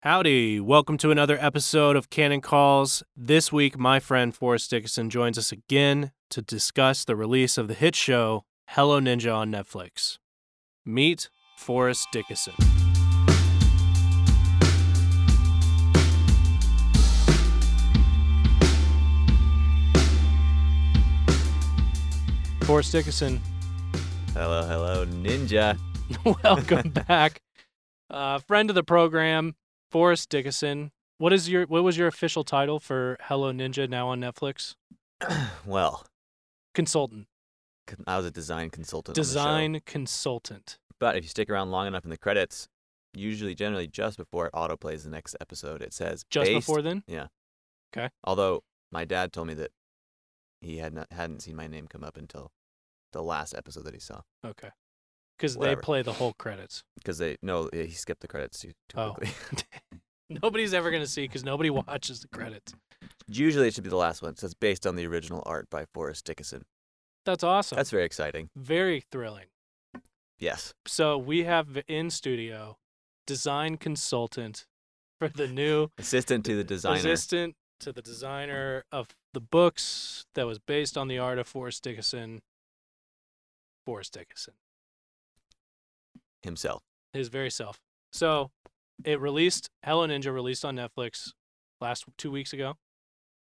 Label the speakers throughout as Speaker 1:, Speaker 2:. Speaker 1: Howdy. Welcome to another episode of Cannon Calls. This week, my friend Forrest Dickinson joins us again to discuss the release of the hit show Hello Ninja on Netflix. Meet Forrest Dickinson. Forrest Dickinson,
Speaker 2: Hello, hello, ninja.
Speaker 1: welcome back. Uh, friend of the program, Forrest Dickinson. What is your what was your official title for Hello Ninja now on Netflix?
Speaker 2: Well,
Speaker 1: Consultant,
Speaker 2: c- I was a design consultant. on the show.
Speaker 1: design consultant.
Speaker 2: But if you stick around long enough in the credits, usually, generally, just before it autoplays the next episode, it says
Speaker 1: Just
Speaker 2: based-
Speaker 1: before then,
Speaker 2: Although my dad told me that he had not hadn't seen my name come up until the last episode that he saw
Speaker 1: okay, because they
Speaker 2: Whatever.
Speaker 1: play the whole credits.
Speaker 2: because they no eh, he skipped the credits too, too
Speaker 1: Oh.
Speaker 2: quickly.
Speaker 1: Nobody's ever gonna see because nobody watches the credits.
Speaker 2: usually, it should be the last one. So it's based on the original art by Forrest Dickinson.
Speaker 1: That's awesome.
Speaker 2: That's very exciting.
Speaker 1: very thrilling.
Speaker 2: Yes.
Speaker 1: So we have in studio design consultant for the new
Speaker 2: Assistant to the designer.
Speaker 1: assistant to the designer of the books that was based on the art of Forrest Dickinson. Forrest Dickinson,
Speaker 2: himself.
Speaker 1: his very self. So it released, Hello Ninja released on Netflix last two weeks ago.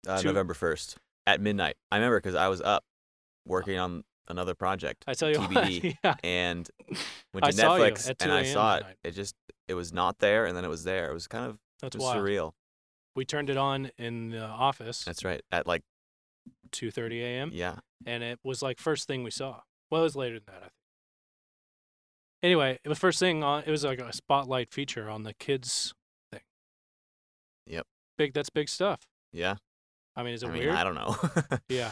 Speaker 2: Uh,
Speaker 1: Two- Oh.
Speaker 2: November 1st at midnight. I remember because I was up working on another project.
Speaker 1: I tell you
Speaker 2: TBD.
Speaker 1: what, yeah,
Speaker 2: and went to
Speaker 1: I saw you
Speaker 2: Netflix
Speaker 1: at 2
Speaker 2: and I
Speaker 1: a.m.
Speaker 2: saw
Speaker 1: that
Speaker 2: it.
Speaker 1: night.
Speaker 2: It just, it was not there and then it was there. It was kind of
Speaker 1: that's
Speaker 2: it was
Speaker 1: wild.
Speaker 2: surreal.
Speaker 1: We turned it on in the office at
Speaker 2: That's right. At like,
Speaker 1: 2:30 a.m.
Speaker 2: yeah.
Speaker 1: and it was like first thing we saw. Well, it was later than that, I think. Anyway, it was first thing on. It was like a spotlight feature on the kids thing.
Speaker 2: Yep.
Speaker 1: Big. That's big stuff.
Speaker 2: Yeah.
Speaker 1: I mean, is
Speaker 2: I
Speaker 1: it
Speaker 2: mean,
Speaker 1: weird?
Speaker 2: I don't know.
Speaker 1: yeah.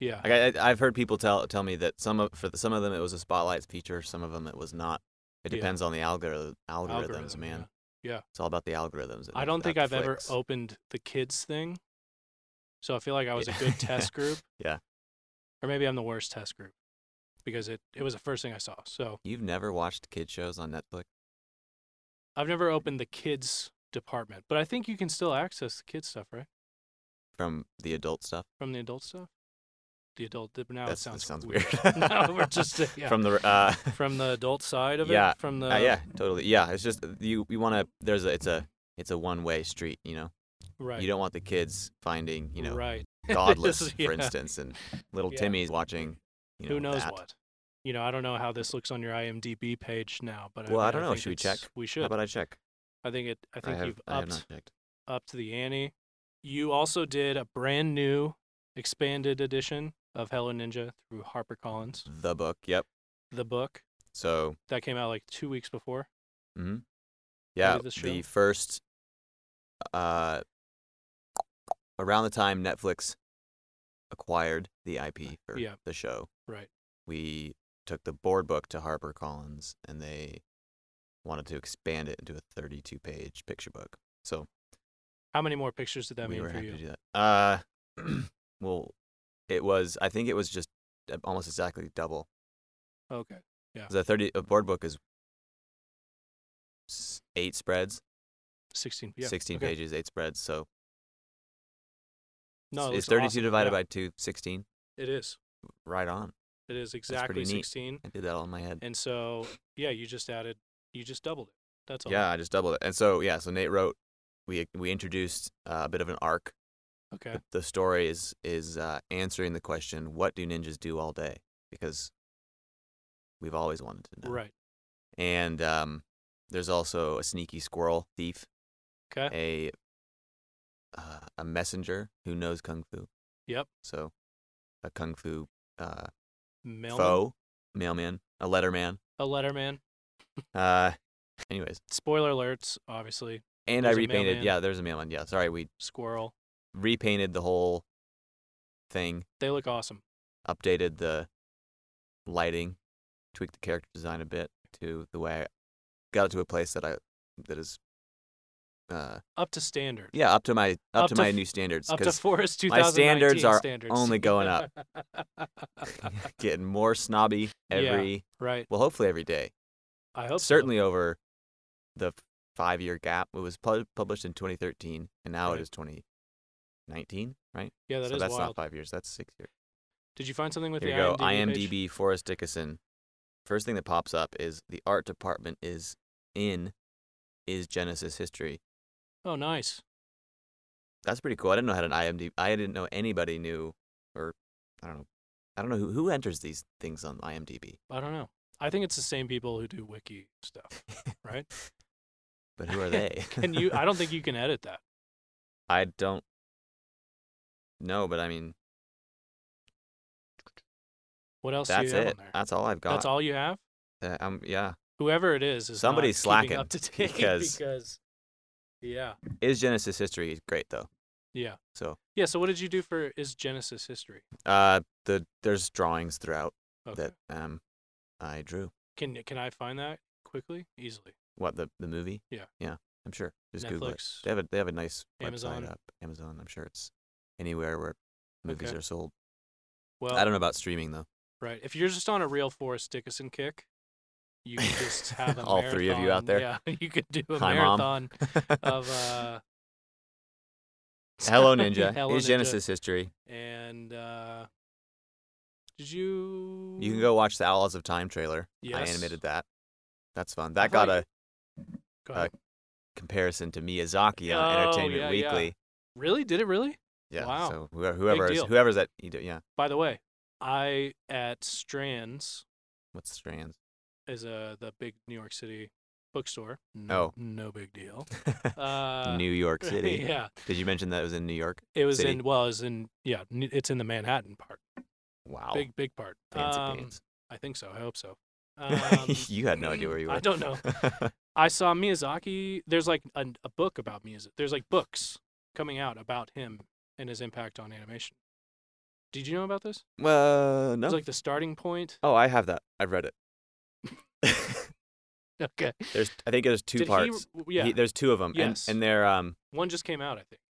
Speaker 1: Yeah.
Speaker 2: like I, I- I've heard people tell tell me that some of for the, some of them it was a spotlight feature, some of them it was not. It
Speaker 1: Yeah.
Speaker 2: depends on the algorithm, algorithms,
Speaker 1: Algorithm,
Speaker 2: man.
Speaker 1: yeah.
Speaker 2: It's all about the algorithms. at
Speaker 1: I don't think I've ever
Speaker 2: Netflix.
Speaker 1: opened the kids thing. So I feel like I was a
Speaker 2: Yeah.
Speaker 1: good test group.
Speaker 2: Yeah.
Speaker 1: Or maybe I'm the worst test group because it, it was the first thing I saw. So
Speaker 2: You've never watched kid shows on Netflix?
Speaker 1: I've never opened the kids department, but I think you can still access the kids stuff, right?
Speaker 2: from the adult stuff.
Speaker 1: From the adult stuff? The adult, but now
Speaker 2: That's-
Speaker 1: it sounds,
Speaker 2: that sounds
Speaker 1: weird.
Speaker 2: weird.
Speaker 1: no, we're just, uh, yeah. From,
Speaker 2: From the uh,
Speaker 1: the adult side of
Speaker 2: Yeah,
Speaker 1: it? From the,
Speaker 2: uh, yeah, totally. Yeah, it's just you you want to there's a it's a it's a one-way street, you know.
Speaker 1: Right.
Speaker 2: You don't want the kids finding, you know,
Speaker 1: right.
Speaker 2: Godless
Speaker 1: Yeah.
Speaker 2: for instance and little
Speaker 1: Yeah.
Speaker 2: Timmy's watching, you know,
Speaker 1: Who knows
Speaker 2: that.
Speaker 1: what? You know, I don't know how this looks on your IMDb page now, but
Speaker 2: Well,
Speaker 1: I,
Speaker 2: I
Speaker 1: mean,
Speaker 2: don't know.
Speaker 1: think
Speaker 2: Should we
Speaker 1: it's-
Speaker 2: check?
Speaker 1: We
Speaker 2: How
Speaker 1: should.
Speaker 2: about I check?
Speaker 1: I think it. I think
Speaker 2: have,
Speaker 1: you've
Speaker 2: I have not
Speaker 1: upped
Speaker 2: checked.
Speaker 1: up to the ante. You also did a brand new, expanded edition of Hello Ninja through HarperCollins,
Speaker 2: The book. Yep.
Speaker 1: the book
Speaker 2: So,
Speaker 1: that came out like two weeks before.
Speaker 2: mhm. Yeah,
Speaker 1: did this
Speaker 2: the
Speaker 1: show?
Speaker 2: first uh around the time Netflix acquired the IP for
Speaker 1: Yeah.
Speaker 2: the show.
Speaker 1: Right.
Speaker 2: we took the board book to HarperCollins and they wanted to expand it into a 32 page picture book. So
Speaker 1: How many more pictures did that
Speaker 2: we
Speaker 1: mean
Speaker 2: were
Speaker 1: for
Speaker 2: happy
Speaker 1: you?
Speaker 2: to do that. Uh, well, it was, I think it was just uh, almost exactly double.
Speaker 1: Okay.
Speaker 2: The 30 a board book is s- eight spreads,
Speaker 1: Sixteen. Yeah.
Speaker 2: 16
Speaker 1: okay.
Speaker 2: pages, eight spreads. So
Speaker 1: No, it looks
Speaker 2: it's 32
Speaker 1: awesome.
Speaker 2: divided
Speaker 1: Yeah,
Speaker 2: by 2, 16.
Speaker 1: It is.
Speaker 2: Right on.
Speaker 1: It is exactly
Speaker 2: neat.
Speaker 1: sixteen.
Speaker 2: I did that all in my head.
Speaker 1: And so, yeah, you just added. You just doubled it. That's all.
Speaker 2: Yeah, I just doubled it. And so, yeah, so Nate wrote, we, we introduced uh, a bit of an arc
Speaker 1: Okay.
Speaker 2: the, the story is is uh, answering the question what do ninjas do all day because we've always wanted to know
Speaker 1: Right.
Speaker 2: and um, there's also a sneaky squirrel thief
Speaker 1: Okay.
Speaker 2: a uh, a messenger who knows kung fu
Speaker 1: Yep.
Speaker 2: so a kung fu uh,
Speaker 1: Mailman.
Speaker 2: foe mailman a letterman
Speaker 1: A letterman.
Speaker 2: uh, anyways
Speaker 1: Spoiler alerts, obviously.
Speaker 2: and
Speaker 1: There's
Speaker 2: i
Speaker 1: a
Speaker 2: repainted
Speaker 1: mailman.
Speaker 2: yeah there's a mailman yeah sorry we
Speaker 1: Squirrel.
Speaker 2: repainted the whole thing
Speaker 1: They look awesome.
Speaker 2: updated the lighting, tweaked the character design a bit to the way I got it to a place that I that is uh
Speaker 1: Up to standard.
Speaker 2: yeah, up to my up,
Speaker 1: Up
Speaker 2: to,
Speaker 1: to
Speaker 2: my
Speaker 1: f-
Speaker 2: new standards
Speaker 1: Up to
Speaker 2: cuz
Speaker 1: Forest
Speaker 2: my
Speaker 1: 2019
Speaker 2: standards are
Speaker 1: standards.
Speaker 2: only going up. getting more snobby
Speaker 1: Yeah.
Speaker 2: every
Speaker 1: right.
Speaker 2: well hopefully every day.
Speaker 1: I hope so.
Speaker 2: Certainly over the f- five year gap. It was pu- published in 2013, and now
Speaker 1: Right.
Speaker 2: it is 2019, right?
Speaker 1: Yeah, that is
Speaker 2: so that's
Speaker 1: wild.
Speaker 2: not five years. That's six years.
Speaker 1: Did you find something with
Speaker 2: Here
Speaker 1: the
Speaker 2: we go.
Speaker 1: IMDb?
Speaker 2: IMDb,
Speaker 1: page?
Speaker 2: Forrest Dickinson. First thing that pops up is the art department is in is Genesis history.
Speaker 1: Oh, nice.
Speaker 2: That's pretty cool. I didn't know had an IMDb. I didn't know anybody knew, or I don't know. I don't know who who enters these things on IMDb.
Speaker 1: I don't know. I think it's the same people who do wiki stuff. Right.
Speaker 2: But who are they?
Speaker 1: And you, I don't think you can edit that.
Speaker 2: I don't know, but I mean,
Speaker 1: What else do
Speaker 2: that's
Speaker 1: you have
Speaker 2: it.
Speaker 1: on there?
Speaker 2: That's all I've got.
Speaker 1: That's all you have.
Speaker 2: Uh, um, yeah.
Speaker 1: Whoever it is is not
Speaker 2: Somebody's
Speaker 1: keeping up
Speaker 2: slacking
Speaker 1: to date
Speaker 2: because-
Speaker 1: because- yeah,
Speaker 2: Is Genesis history is great though.
Speaker 1: yeah,
Speaker 2: So,
Speaker 1: yeah. So what did you do for is Genesis history?
Speaker 2: uh, the there's drawings throughout
Speaker 1: Okay.
Speaker 2: that um, I drew.
Speaker 1: Can can I find that quickly, easily?
Speaker 2: What the the movie?
Speaker 1: Yeah.
Speaker 2: Yeah. I'm sure. Just Google it.
Speaker 1: Netflix.
Speaker 2: They have a they have a nice
Speaker 1: Amazon.
Speaker 2: website up. Amazon. I'm sure it's anywhere where movies
Speaker 1: Okay.
Speaker 2: are sold.
Speaker 1: Well,
Speaker 2: I don't know about streaming though.
Speaker 1: right. If you're just on a real Forrest Dickinson kick, you can just have a
Speaker 2: All three of you out
Speaker 1: marathon. Yeah, you could do a
Speaker 2: Hi, Mom.
Speaker 1: marathon of uh,
Speaker 2: Hello Ninja
Speaker 1: Hello
Speaker 2: is
Speaker 1: Ninja.
Speaker 2: Genesis history.
Speaker 1: and uh, did you?
Speaker 2: You can go watch the Outlaws of Time trailer. I
Speaker 1: Yes.
Speaker 2: animated that. That's fun. That
Speaker 1: thought
Speaker 2: got a
Speaker 1: Go
Speaker 2: uh,
Speaker 1: ahead.
Speaker 2: comparison to Miyazaki on
Speaker 1: Oh,
Speaker 2: Entertainment
Speaker 1: yeah, yeah.
Speaker 2: Weekly.
Speaker 1: really? Did it really?
Speaker 2: Yeah.
Speaker 1: Wow.
Speaker 2: So whoever, whoever's
Speaker 1: deal.
Speaker 2: whoever's at you do- yeah.
Speaker 1: By the way, I at Strands
Speaker 2: What's strands?
Speaker 1: is a the big New York City bookstore. No,
Speaker 2: Oh.
Speaker 1: no big deal. Uh,
Speaker 2: New York City.
Speaker 1: yeah,
Speaker 2: Did you mention that it was in New York?
Speaker 1: it was
Speaker 2: City.
Speaker 1: in well, it was in yeah, n- it's in the Manhattan part,
Speaker 2: Wow.
Speaker 1: big big part.
Speaker 2: Fancy
Speaker 1: Um,
Speaker 2: pants.
Speaker 1: I think so. I hope so. Um,
Speaker 2: you had no idea where you were.
Speaker 1: I don't know. I saw Miyazaki. There's like a, a book about music. There's like books coming out about him and his impact on animation. Did you know about this?
Speaker 2: well, no.
Speaker 1: It's like the starting point.
Speaker 2: oh, I have that. I've read it.
Speaker 1: Okay.
Speaker 2: there's, I think there's two
Speaker 1: Did
Speaker 2: parts.
Speaker 1: he? Yeah.
Speaker 2: He- there's two of them,
Speaker 1: Yes.
Speaker 2: and, and they're um.
Speaker 1: one just came out, I think.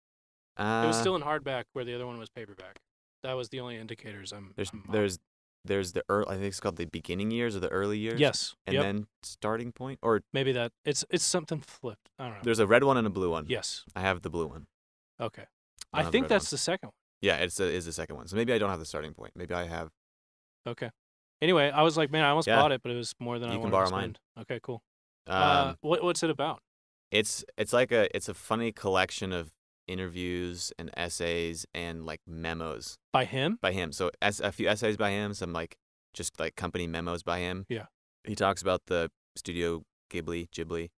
Speaker 2: Uh,
Speaker 1: it was still in hardback where the other one was paperback. That was the only indicators I'm.
Speaker 2: there's
Speaker 1: I'm on.
Speaker 2: there's there's the early, I think it's called the beginning years or the early years.
Speaker 1: yes,
Speaker 2: And
Speaker 1: yep.
Speaker 2: then starting point, or
Speaker 1: Maybe that it's it's something flipped. I don't know.
Speaker 2: there's a red one and a blue one.
Speaker 1: Yes.
Speaker 2: I have the blue one.
Speaker 1: Okay.
Speaker 2: I
Speaker 1: I
Speaker 2: have
Speaker 1: think
Speaker 2: read one.
Speaker 1: that's the second
Speaker 2: Yeah, it's a, is the second one. So maybe I don't have the starting point. Maybe I have.
Speaker 1: one. Okay. Anyway, I was like, man, I almost
Speaker 2: Yeah.
Speaker 1: bought it, but it was more than I
Speaker 2: You can
Speaker 1: wanted
Speaker 2: borrow
Speaker 1: to
Speaker 2: mine.
Speaker 1: spend. Okay, cool.
Speaker 2: Um,
Speaker 1: uh, what what's it about?
Speaker 2: it's it's like a it's a funny collection of interviews and essays and like memos
Speaker 1: By him?
Speaker 2: by him. So es- a few essays by him, some like just like company memos by him.
Speaker 1: Yeah.
Speaker 2: He talks about the studio Ghibli, Ghibli,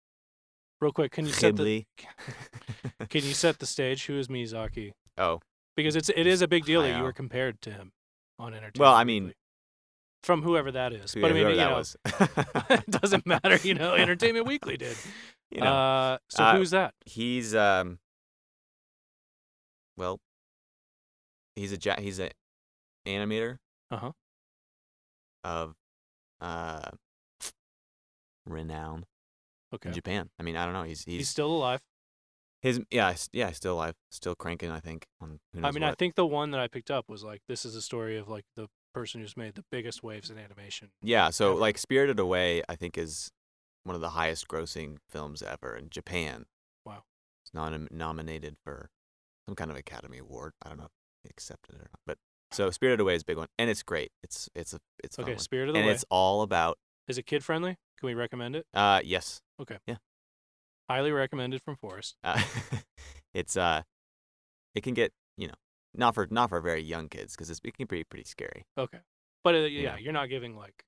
Speaker 1: Real quick, can you set the
Speaker 2: Ghibli.
Speaker 1: can you set the stage? Who is Miyazaki?
Speaker 2: Oh.
Speaker 1: Because it's it is a big deal that you
Speaker 2: Hayao.
Speaker 1: were compared to him on entertainment.
Speaker 2: Well, I mean-
Speaker 1: Weekly. from whoever that is.
Speaker 2: Who-
Speaker 1: but I mean,
Speaker 2: whoever
Speaker 1: you
Speaker 2: that
Speaker 1: know,
Speaker 2: was.
Speaker 1: it doesn't matter, you know. Entertainment Weekly did.
Speaker 2: You know,
Speaker 1: uh, so
Speaker 2: Uh,
Speaker 1: who's that?
Speaker 2: he's um. Well. He's a ja- he's a animator.
Speaker 1: Uh-huh.
Speaker 2: Of, uh. Renown
Speaker 1: Okay,
Speaker 2: in Japan. I mean, I don't know. He's
Speaker 1: he's
Speaker 2: he's
Speaker 1: still alive.
Speaker 2: His yeah, s- yeah, still alive, still cranking. I think. On who knows
Speaker 1: I mean, I
Speaker 2: what.
Speaker 1: think the one that I picked up was like this is a story of like the person who's made the biggest waves in animation.
Speaker 2: yeah. So
Speaker 1: ever.
Speaker 2: like, Spirited Away, I think is one of the highest grossing films ever in Japan.
Speaker 1: Wow.
Speaker 2: It's nom- nominated for some kind of Academy Award. I don't know if they accepted it or not, but so Spirited Away is a big one, and it's great. It's it's a it's a fun
Speaker 1: Okay,
Speaker 2: one.
Speaker 1: Spirit of the
Speaker 2: and
Speaker 1: Way.
Speaker 2: it's all about
Speaker 1: Is it kid friendly? Can we recommend it?
Speaker 2: uh yes
Speaker 1: Highly recommended from Forrest.
Speaker 2: uh, it's uh it can get you know not for not for very young kids because it can be pretty pretty scary.
Speaker 1: Okay, but uh, yeah,
Speaker 2: know.
Speaker 1: you're not giving like.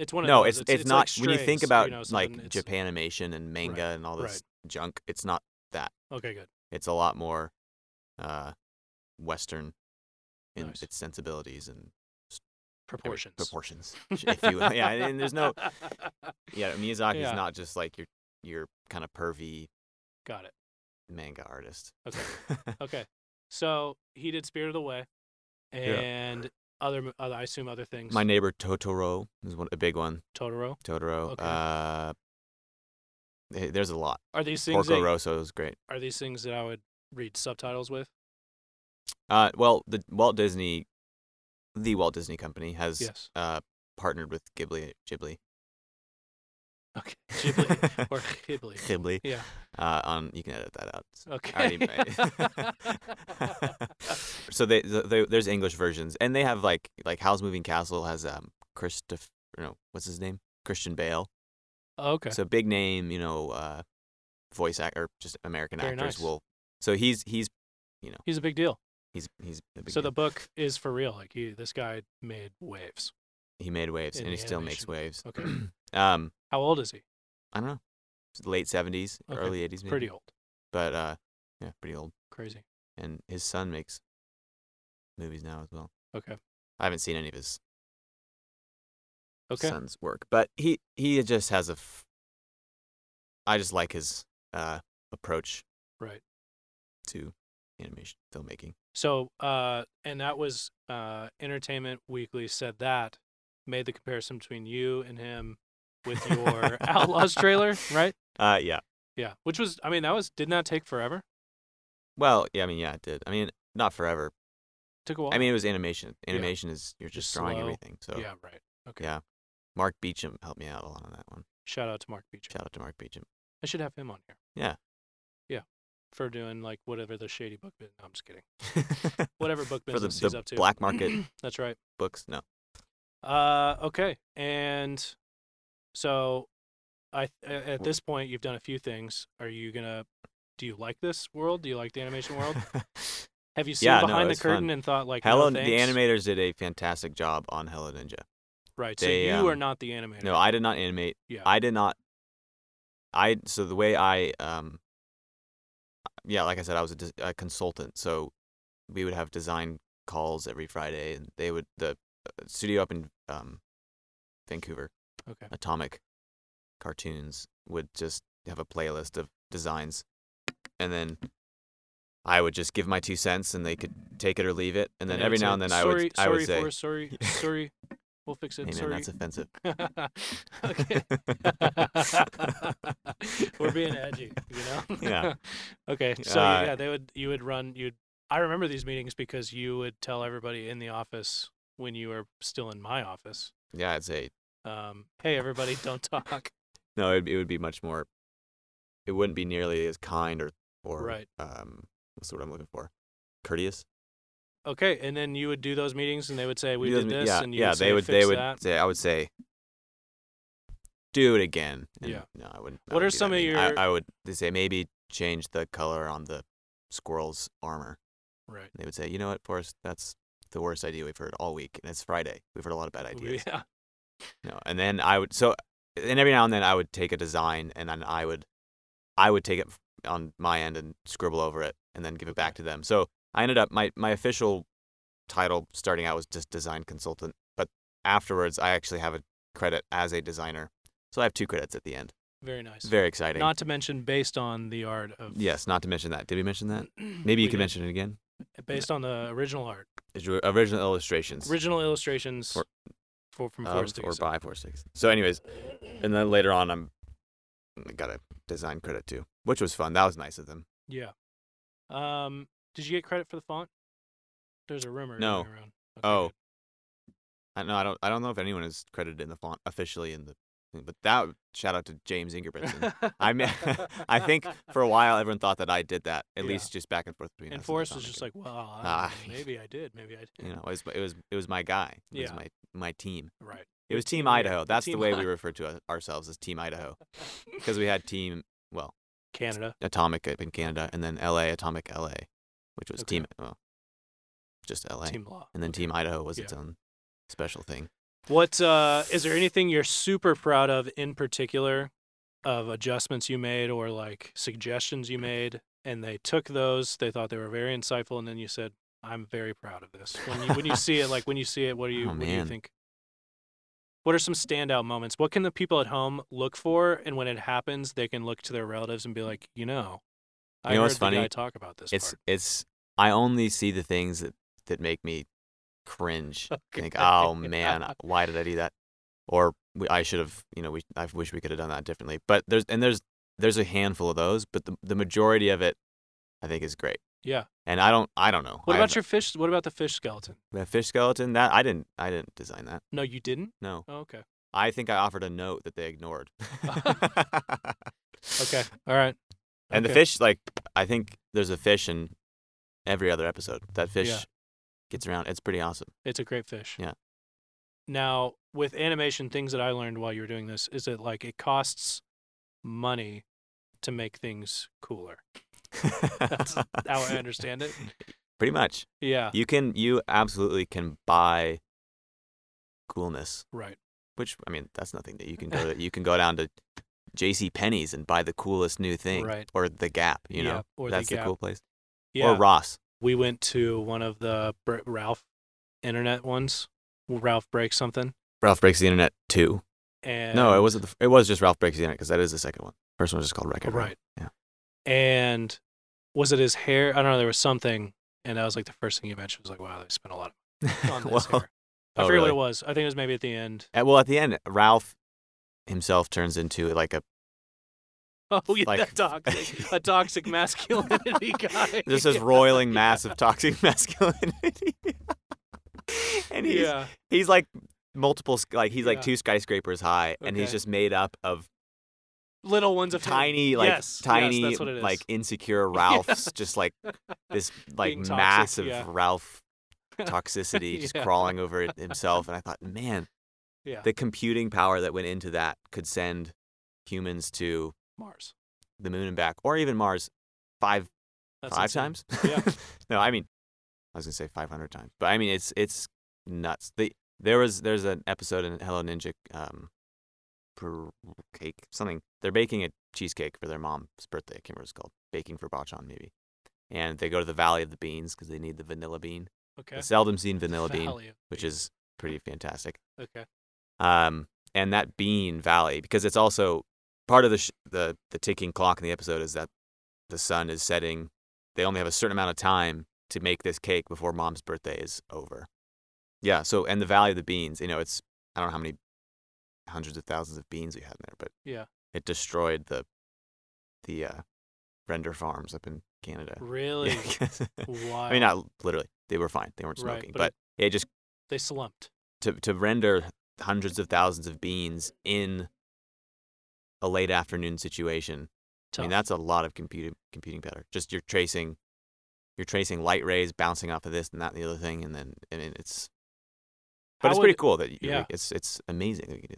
Speaker 1: It's one of
Speaker 2: no,
Speaker 1: those,
Speaker 2: it's, it's
Speaker 1: like
Speaker 2: not. when you
Speaker 1: strays,
Speaker 2: think about
Speaker 1: know, something-
Speaker 2: like
Speaker 1: it's-
Speaker 2: Japan animation and manga and all this junk, it's not.
Speaker 1: Okay, good.
Speaker 2: It's a lot more uh, Western in
Speaker 1: Nice.
Speaker 2: its sensibilities and every-
Speaker 1: Proportions.
Speaker 2: proportions. if you, yeah, and, and there's no. Yeah, Miyazaki's
Speaker 1: Yeah.
Speaker 2: not just like your your kind of pervy
Speaker 1: Got it.
Speaker 2: manga artist.
Speaker 1: Okay, so he did Spirit of the Way,
Speaker 2: Yeah.
Speaker 1: and other, mo- other I assume other things.
Speaker 2: My neighbor Totoro is one a big one.
Speaker 1: Totoro.
Speaker 2: Totoro.
Speaker 1: Okay.
Speaker 2: Uh, eh, there's a lot.
Speaker 1: Are these things
Speaker 2: Porco
Speaker 1: that,
Speaker 2: Rosso is great.
Speaker 1: are these things that I would read subtitles with?
Speaker 2: Uh, well, the Walt Disney, the Walt Disney Company has
Speaker 1: Yes.
Speaker 2: uh, partnered with Ghibli. Ghibli.
Speaker 1: Okay. Ghibli or Ghibli.
Speaker 2: Ghibli.
Speaker 1: Yeah.
Speaker 2: Uh, on you can edit that out.
Speaker 1: Okay.
Speaker 2: already made. so they, th- they there's English versions, and they have like like Howl's Moving Castle has um Christopher no what's his name Christian Bale,
Speaker 1: okay.
Speaker 2: so big name you know uh, voice act or just American
Speaker 1: Very
Speaker 2: actors
Speaker 1: nice.
Speaker 2: will. So he's he's
Speaker 1: He's a big deal.
Speaker 2: he's he's a big
Speaker 1: so
Speaker 2: name.
Speaker 1: the book is for real. Like he, this guy made waves.
Speaker 2: he made waves
Speaker 1: in
Speaker 2: and he
Speaker 1: the
Speaker 2: still makes waves.
Speaker 1: Okay.
Speaker 2: um,
Speaker 1: How old is he?
Speaker 2: I don't know, late seventies,
Speaker 1: Okay,
Speaker 2: early eighties, maybe.
Speaker 1: Pretty old.
Speaker 2: but uh, yeah, pretty old.
Speaker 1: Crazy.
Speaker 2: And his son makes movies now as well.
Speaker 1: Okay.
Speaker 2: I haven't seen any of his
Speaker 1: Okay.
Speaker 2: son's work. But he he just has a. F- I just like his uh, approach
Speaker 1: Right.
Speaker 2: to animation filmmaking.
Speaker 1: So, uh, and that was uh, Entertainment Weekly said that made the comparison between you and him with your Outlaws trailer, right?
Speaker 2: Uh, yeah.
Speaker 1: Yeah, which was, I mean, that was did not take forever.
Speaker 2: Well, yeah. I mean, yeah, it did. I mean, not forever.
Speaker 1: Took a while.
Speaker 2: I mean, it was animation.
Speaker 1: Yeah.
Speaker 2: Animation is you're just
Speaker 1: Just
Speaker 2: drawing
Speaker 1: slow.
Speaker 2: everything. So
Speaker 1: yeah, right. Okay.
Speaker 2: yeah. Mark Beecham helped me out a lot on that one.
Speaker 1: Shout out to Mark Beach.
Speaker 2: Shout out to Mark Beecham.
Speaker 1: I should have him on here.
Speaker 2: Yeah.
Speaker 1: Yeah. For doing like whatever the shady book business. No, I'm just kidding. Whatever book
Speaker 2: For the,
Speaker 1: business he's
Speaker 2: the
Speaker 1: up to.
Speaker 2: black market
Speaker 1: That's right.
Speaker 2: books. No.
Speaker 1: Uh, okay. And so I a- at this point you've done a few things. Are you going to do you like this world? Do you like the animation world? Have you seen
Speaker 2: Yeah, no, it
Speaker 1: behind the
Speaker 2: was fun.
Speaker 1: curtain and thought like
Speaker 2: Hello,
Speaker 1: no,
Speaker 2: the
Speaker 1: thanks?
Speaker 2: animators did a fantastic job on Hello Ninja.
Speaker 1: Right.
Speaker 2: they,
Speaker 1: so you are
Speaker 2: um,
Speaker 1: not the animator.
Speaker 2: No, I did not animate.
Speaker 1: Yeah.
Speaker 2: I did not. I so the way I um. Yeah, like I said, I was a, dis- a consultant, so we would have design calls every Friday, and they would the uh, studio up in um, Vancouver,
Speaker 1: okay.
Speaker 2: Atomic Cartoons, would just have a playlist of designs, and then I would just give my two cents, and they could take it or leave it, and then
Speaker 1: I
Speaker 2: every
Speaker 1: would
Speaker 2: now
Speaker 1: say,
Speaker 2: and then I
Speaker 1: sorry,
Speaker 2: would I would
Speaker 1: sorry
Speaker 2: say,
Speaker 1: for, sorry, sorry. We'll fix it.
Speaker 2: "Hey man,
Speaker 1: sorry.
Speaker 2: that's offensive."
Speaker 1: okay. We're being edgy, you know.
Speaker 2: Yeah.
Speaker 1: okay. So
Speaker 2: Uh,
Speaker 1: yeah, they would. You would run. You'd. I remember these meetings because you would tell everybody in the office when you were still in my office.
Speaker 2: Yeah, I'd say
Speaker 1: Um, hey, everybody, don't talk.
Speaker 2: No, it it would be much more. It wouldn't be nearly as kind or or
Speaker 1: Right.
Speaker 2: um what's the word I'm looking for, courteous.
Speaker 1: Okay, and then you would do those meetings, and they would say we
Speaker 2: You know
Speaker 1: did
Speaker 2: what I mean?
Speaker 1: this,
Speaker 2: yeah,
Speaker 1: and you
Speaker 2: yeah,
Speaker 1: would
Speaker 2: they
Speaker 1: say,
Speaker 2: would
Speaker 1: "Fix
Speaker 2: they would
Speaker 1: that."
Speaker 2: say I would say, do it again. and
Speaker 1: Yeah.
Speaker 2: No, I wouldn't. I
Speaker 1: What are
Speaker 2: wouldn't be that
Speaker 1: some of
Speaker 2: mean. I-
Speaker 1: your-
Speaker 2: I, would they say maybe change the color on the squirrel's armor.
Speaker 1: Right.
Speaker 2: They would say, you know what, Forrest, that's the worst idea we've heard all week, and it's Friday. We've heard a lot of bad ideas.
Speaker 1: Yeah.
Speaker 2: No, and then I would so, and every now and then I would take a design and then I would, I would take it f- on my end and scribble over it and then give it back to them. So I ended up my my official title starting out was just design consultant, but afterwards I actually have a credit as a designer. So I have two credits at the end.
Speaker 1: Very nice.
Speaker 2: It's very exciting.
Speaker 1: Not to mention, based on the art of
Speaker 2: yes, not to mention that. Did we mention that?
Speaker 1: Maybe
Speaker 2: Maybe you can mention it again.
Speaker 1: based on the original art,
Speaker 2: Is your Original illustrations.
Speaker 1: original illustrations for,
Speaker 2: For- um,
Speaker 1: from
Speaker 2: of
Speaker 1: Forrest
Speaker 2: or
Speaker 1: Dickinson.
Speaker 2: by four six. So, anyways, and then later on, I'm I got a design credit too, which was fun. That was nice of them.
Speaker 1: Yeah. Um, did you get credit for the font? There's a rumor
Speaker 2: No.
Speaker 1: going around. Okay,
Speaker 2: Oh.
Speaker 1: good.
Speaker 2: I know I don't I don't know if anyone is credited in the font officially in the, thing, but that shout out to James Ingerbritson. I mean, I think for a while everyone thought that I did that. At
Speaker 1: Yeah.
Speaker 2: least just back and forth between us.
Speaker 1: and
Speaker 2: the
Speaker 1: Forrest was
Speaker 2: filmmaker.
Speaker 1: just like, well, I
Speaker 2: Ah,
Speaker 1: don't know, maybe I did, maybe I did.
Speaker 2: you know, it was it was it was my guy. It was
Speaker 1: Yeah.
Speaker 2: my my team.
Speaker 1: Right.
Speaker 2: It was Team
Speaker 1: team I-
Speaker 2: Idaho. That's the
Speaker 1: Team
Speaker 2: way
Speaker 1: I-
Speaker 2: we refer to ourselves as Team Idaho because we had Team
Speaker 1: Canada.
Speaker 2: Atomic up in Canada, and then LA Atomic LA, which was
Speaker 1: Okay.
Speaker 2: Team well, just LA,
Speaker 1: Team Law.
Speaker 2: and then Team Idaho was
Speaker 1: Yeah.
Speaker 2: its own special thing.
Speaker 1: What uh, is there anything you're super proud of in particular, of adjustments you made or like suggestions you made, and they took those, they thought they were very insightful, and then you said, "I'm very proud of this." When you when you see it, like when you see it, what do you
Speaker 2: Oh,
Speaker 1: what do you
Speaker 2: man.
Speaker 1: think? What are some standout moments? What can the people at home look for, and when it happens, they can look to their relatives and be like, "You know, I
Speaker 2: You know
Speaker 1: heard
Speaker 2: what's
Speaker 1: the guy
Speaker 2: funny?
Speaker 1: talk about this."
Speaker 2: It's
Speaker 1: part."
Speaker 2: it's I only see the things that that make me cringe.
Speaker 1: Okay.
Speaker 2: Think, oh man, why did I do that? Or we, I should have, you know, we I wish we could have done that differently. But there's and there's there's a handful of those, but the the majority of it, I think, is great.
Speaker 1: Yeah.
Speaker 2: And I don't I don't know.
Speaker 1: What
Speaker 2: I
Speaker 1: about
Speaker 2: have-
Speaker 1: your fish? What about the fish skeleton?
Speaker 2: the fish skeleton? That I didn't I didn't design that.
Speaker 1: No, you didn't.
Speaker 2: No.
Speaker 1: Oh, okay.
Speaker 2: I think I offered a note that they ignored.
Speaker 1: Okay. All right.
Speaker 2: And the
Speaker 1: Okay.
Speaker 2: fish, like, I think there's a fish in every other episode. That fish
Speaker 1: Yeah.
Speaker 2: gets around. It's pretty awesome.
Speaker 1: It's a great fish.
Speaker 2: Yeah.
Speaker 1: Now, with animation, things that I learned while you were doing this is that like it costs money to make things cooler. That's how I Uh, understand it.
Speaker 2: pretty much.
Speaker 1: Yeah.
Speaker 2: You can, you absolutely can buy coolness,
Speaker 1: Right.
Speaker 2: which, I mean, that's nothing that you can go to. You can go down to J.C. Penney's and buy the coolest new thing,
Speaker 1: Right.
Speaker 2: Or the Gap, you
Speaker 1: yeah.
Speaker 2: know.
Speaker 1: Or
Speaker 2: that's
Speaker 1: the
Speaker 2: the,
Speaker 1: gap.
Speaker 2: cool place.
Speaker 1: Yeah.
Speaker 2: Or Ross.
Speaker 1: we went to one of the Br- Ralph internet ones. Ralph breaks something.
Speaker 2: Ralph Breaks the Internet Two.
Speaker 1: And
Speaker 2: No, it wasn't. The, f- it was just Ralph Breaks the Internet because that is the second one. First one was just called Wreck-It
Speaker 1: Oh, Right.
Speaker 2: Ralph. Yeah.
Speaker 1: And was it his hair? I don't know. There was something, and that was like the first thing you mentioned. Was like, wow, they spent a lot of on this
Speaker 2: well,
Speaker 1: hair. I forget
Speaker 2: oh,
Speaker 1: what
Speaker 2: really?
Speaker 1: it was. I think it was maybe at the end.
Speaker 2: at- well, at the end, Ralph himself turns into like a
Speaker 1: Oh yeah,
Speaker 2: Like-
Speaker 1: that toxic, a toxic masculinity guy.
Speaker 2: this is roiling mass of toxic masculinity, and he's
Speaker 1: yeah,
Speaker 2: he's like multiple sk- like he's
Speaker 1: Yeah.
Speaker 2: like two skyscrapers high, and he's
Speaker 1: Okay.
Speaker 2: just made up of
Speaker 1: little ones of him.
Speaker 2: tiny like
Speaker 1: Yes, yes,
Speaker 2: tiny
Speaker 1: that's what it is.
Speaker 2: like insecure Ralphs, just like this like
Speaker 1: Being toxic,
Speaker 2: massive
Speaker 1: yeah.
Speaker 2: Ralph toxicity just
Speaker 1: Yeah.
Speaker 2: crawling over it himself, and I thought, man.
Speaker 1: yeah,
Speaker 2: the computing power that went into that could send humans to
Speaker 1: Mars.
Speaker 2: the moon and back, or even Mars, five
Speaker 1: That's
Speaker 2: five
Speaker 1: insane.
Speaker 2: times.
Speaker 1: Yeah.
Speaker 2: no, I mean, I was gonna say five hundred times, but I mean it's it's nuts. The there was there's an episode in Hello Ninja, um, per- cake something. They're baking a cheesecake for their mom's birthday. I can't remember what it's called. Baking for Bachan maybe. And they go to the Valley of the Beans because they need the vanilla bean.
Speaker 1: Okay.
Speaker 2: The seldom seen vanilla bean,
Speaker 1: Value.
Speaker 2: which is pretty fantastic
Speaker 1: Okay.
Speaker 2: um, and that bean valley because it's also part of the sh- the the ticking clock in the episode is that the sun is setting. They only have a certain amount of time to make this cake before mom's birthday is over. Yeah. So and the valley of the beans, you know, it's I don't know how many hundreds of thousands of beans we had in there, but
Speaker 1: Yeah.
Speaker 2: it destroyed the the uh, render farms up in Canada.
Speaker 1: Really.
Speaker 2: Yeah.
Speaker 1: Wow.
Speaker 2: I mean, not literally. They were fine. They weren't
Speaker 1: Right,
Speaker 2: smoking,
Speaker 1: but
Speaker 2: but, it just
Speaker 1: they slumped.
Speaker 2: to to render hundreds of thousands of beans in a late afternoon situation. I
Speaker 1: Tough.
Speaker 2: mean, that's a lot of computing computing power. Just you're tracing, you're tracing light rays bouncing off of this and that and the other thing, and then I mean, it's but
Speaker 1: How
Speaker 2: it's
Speaker 1: would-
Speaker 2: pretty cool that you,
Speaker 1: yeah.
Speaker 2: it's it's amazing that you do.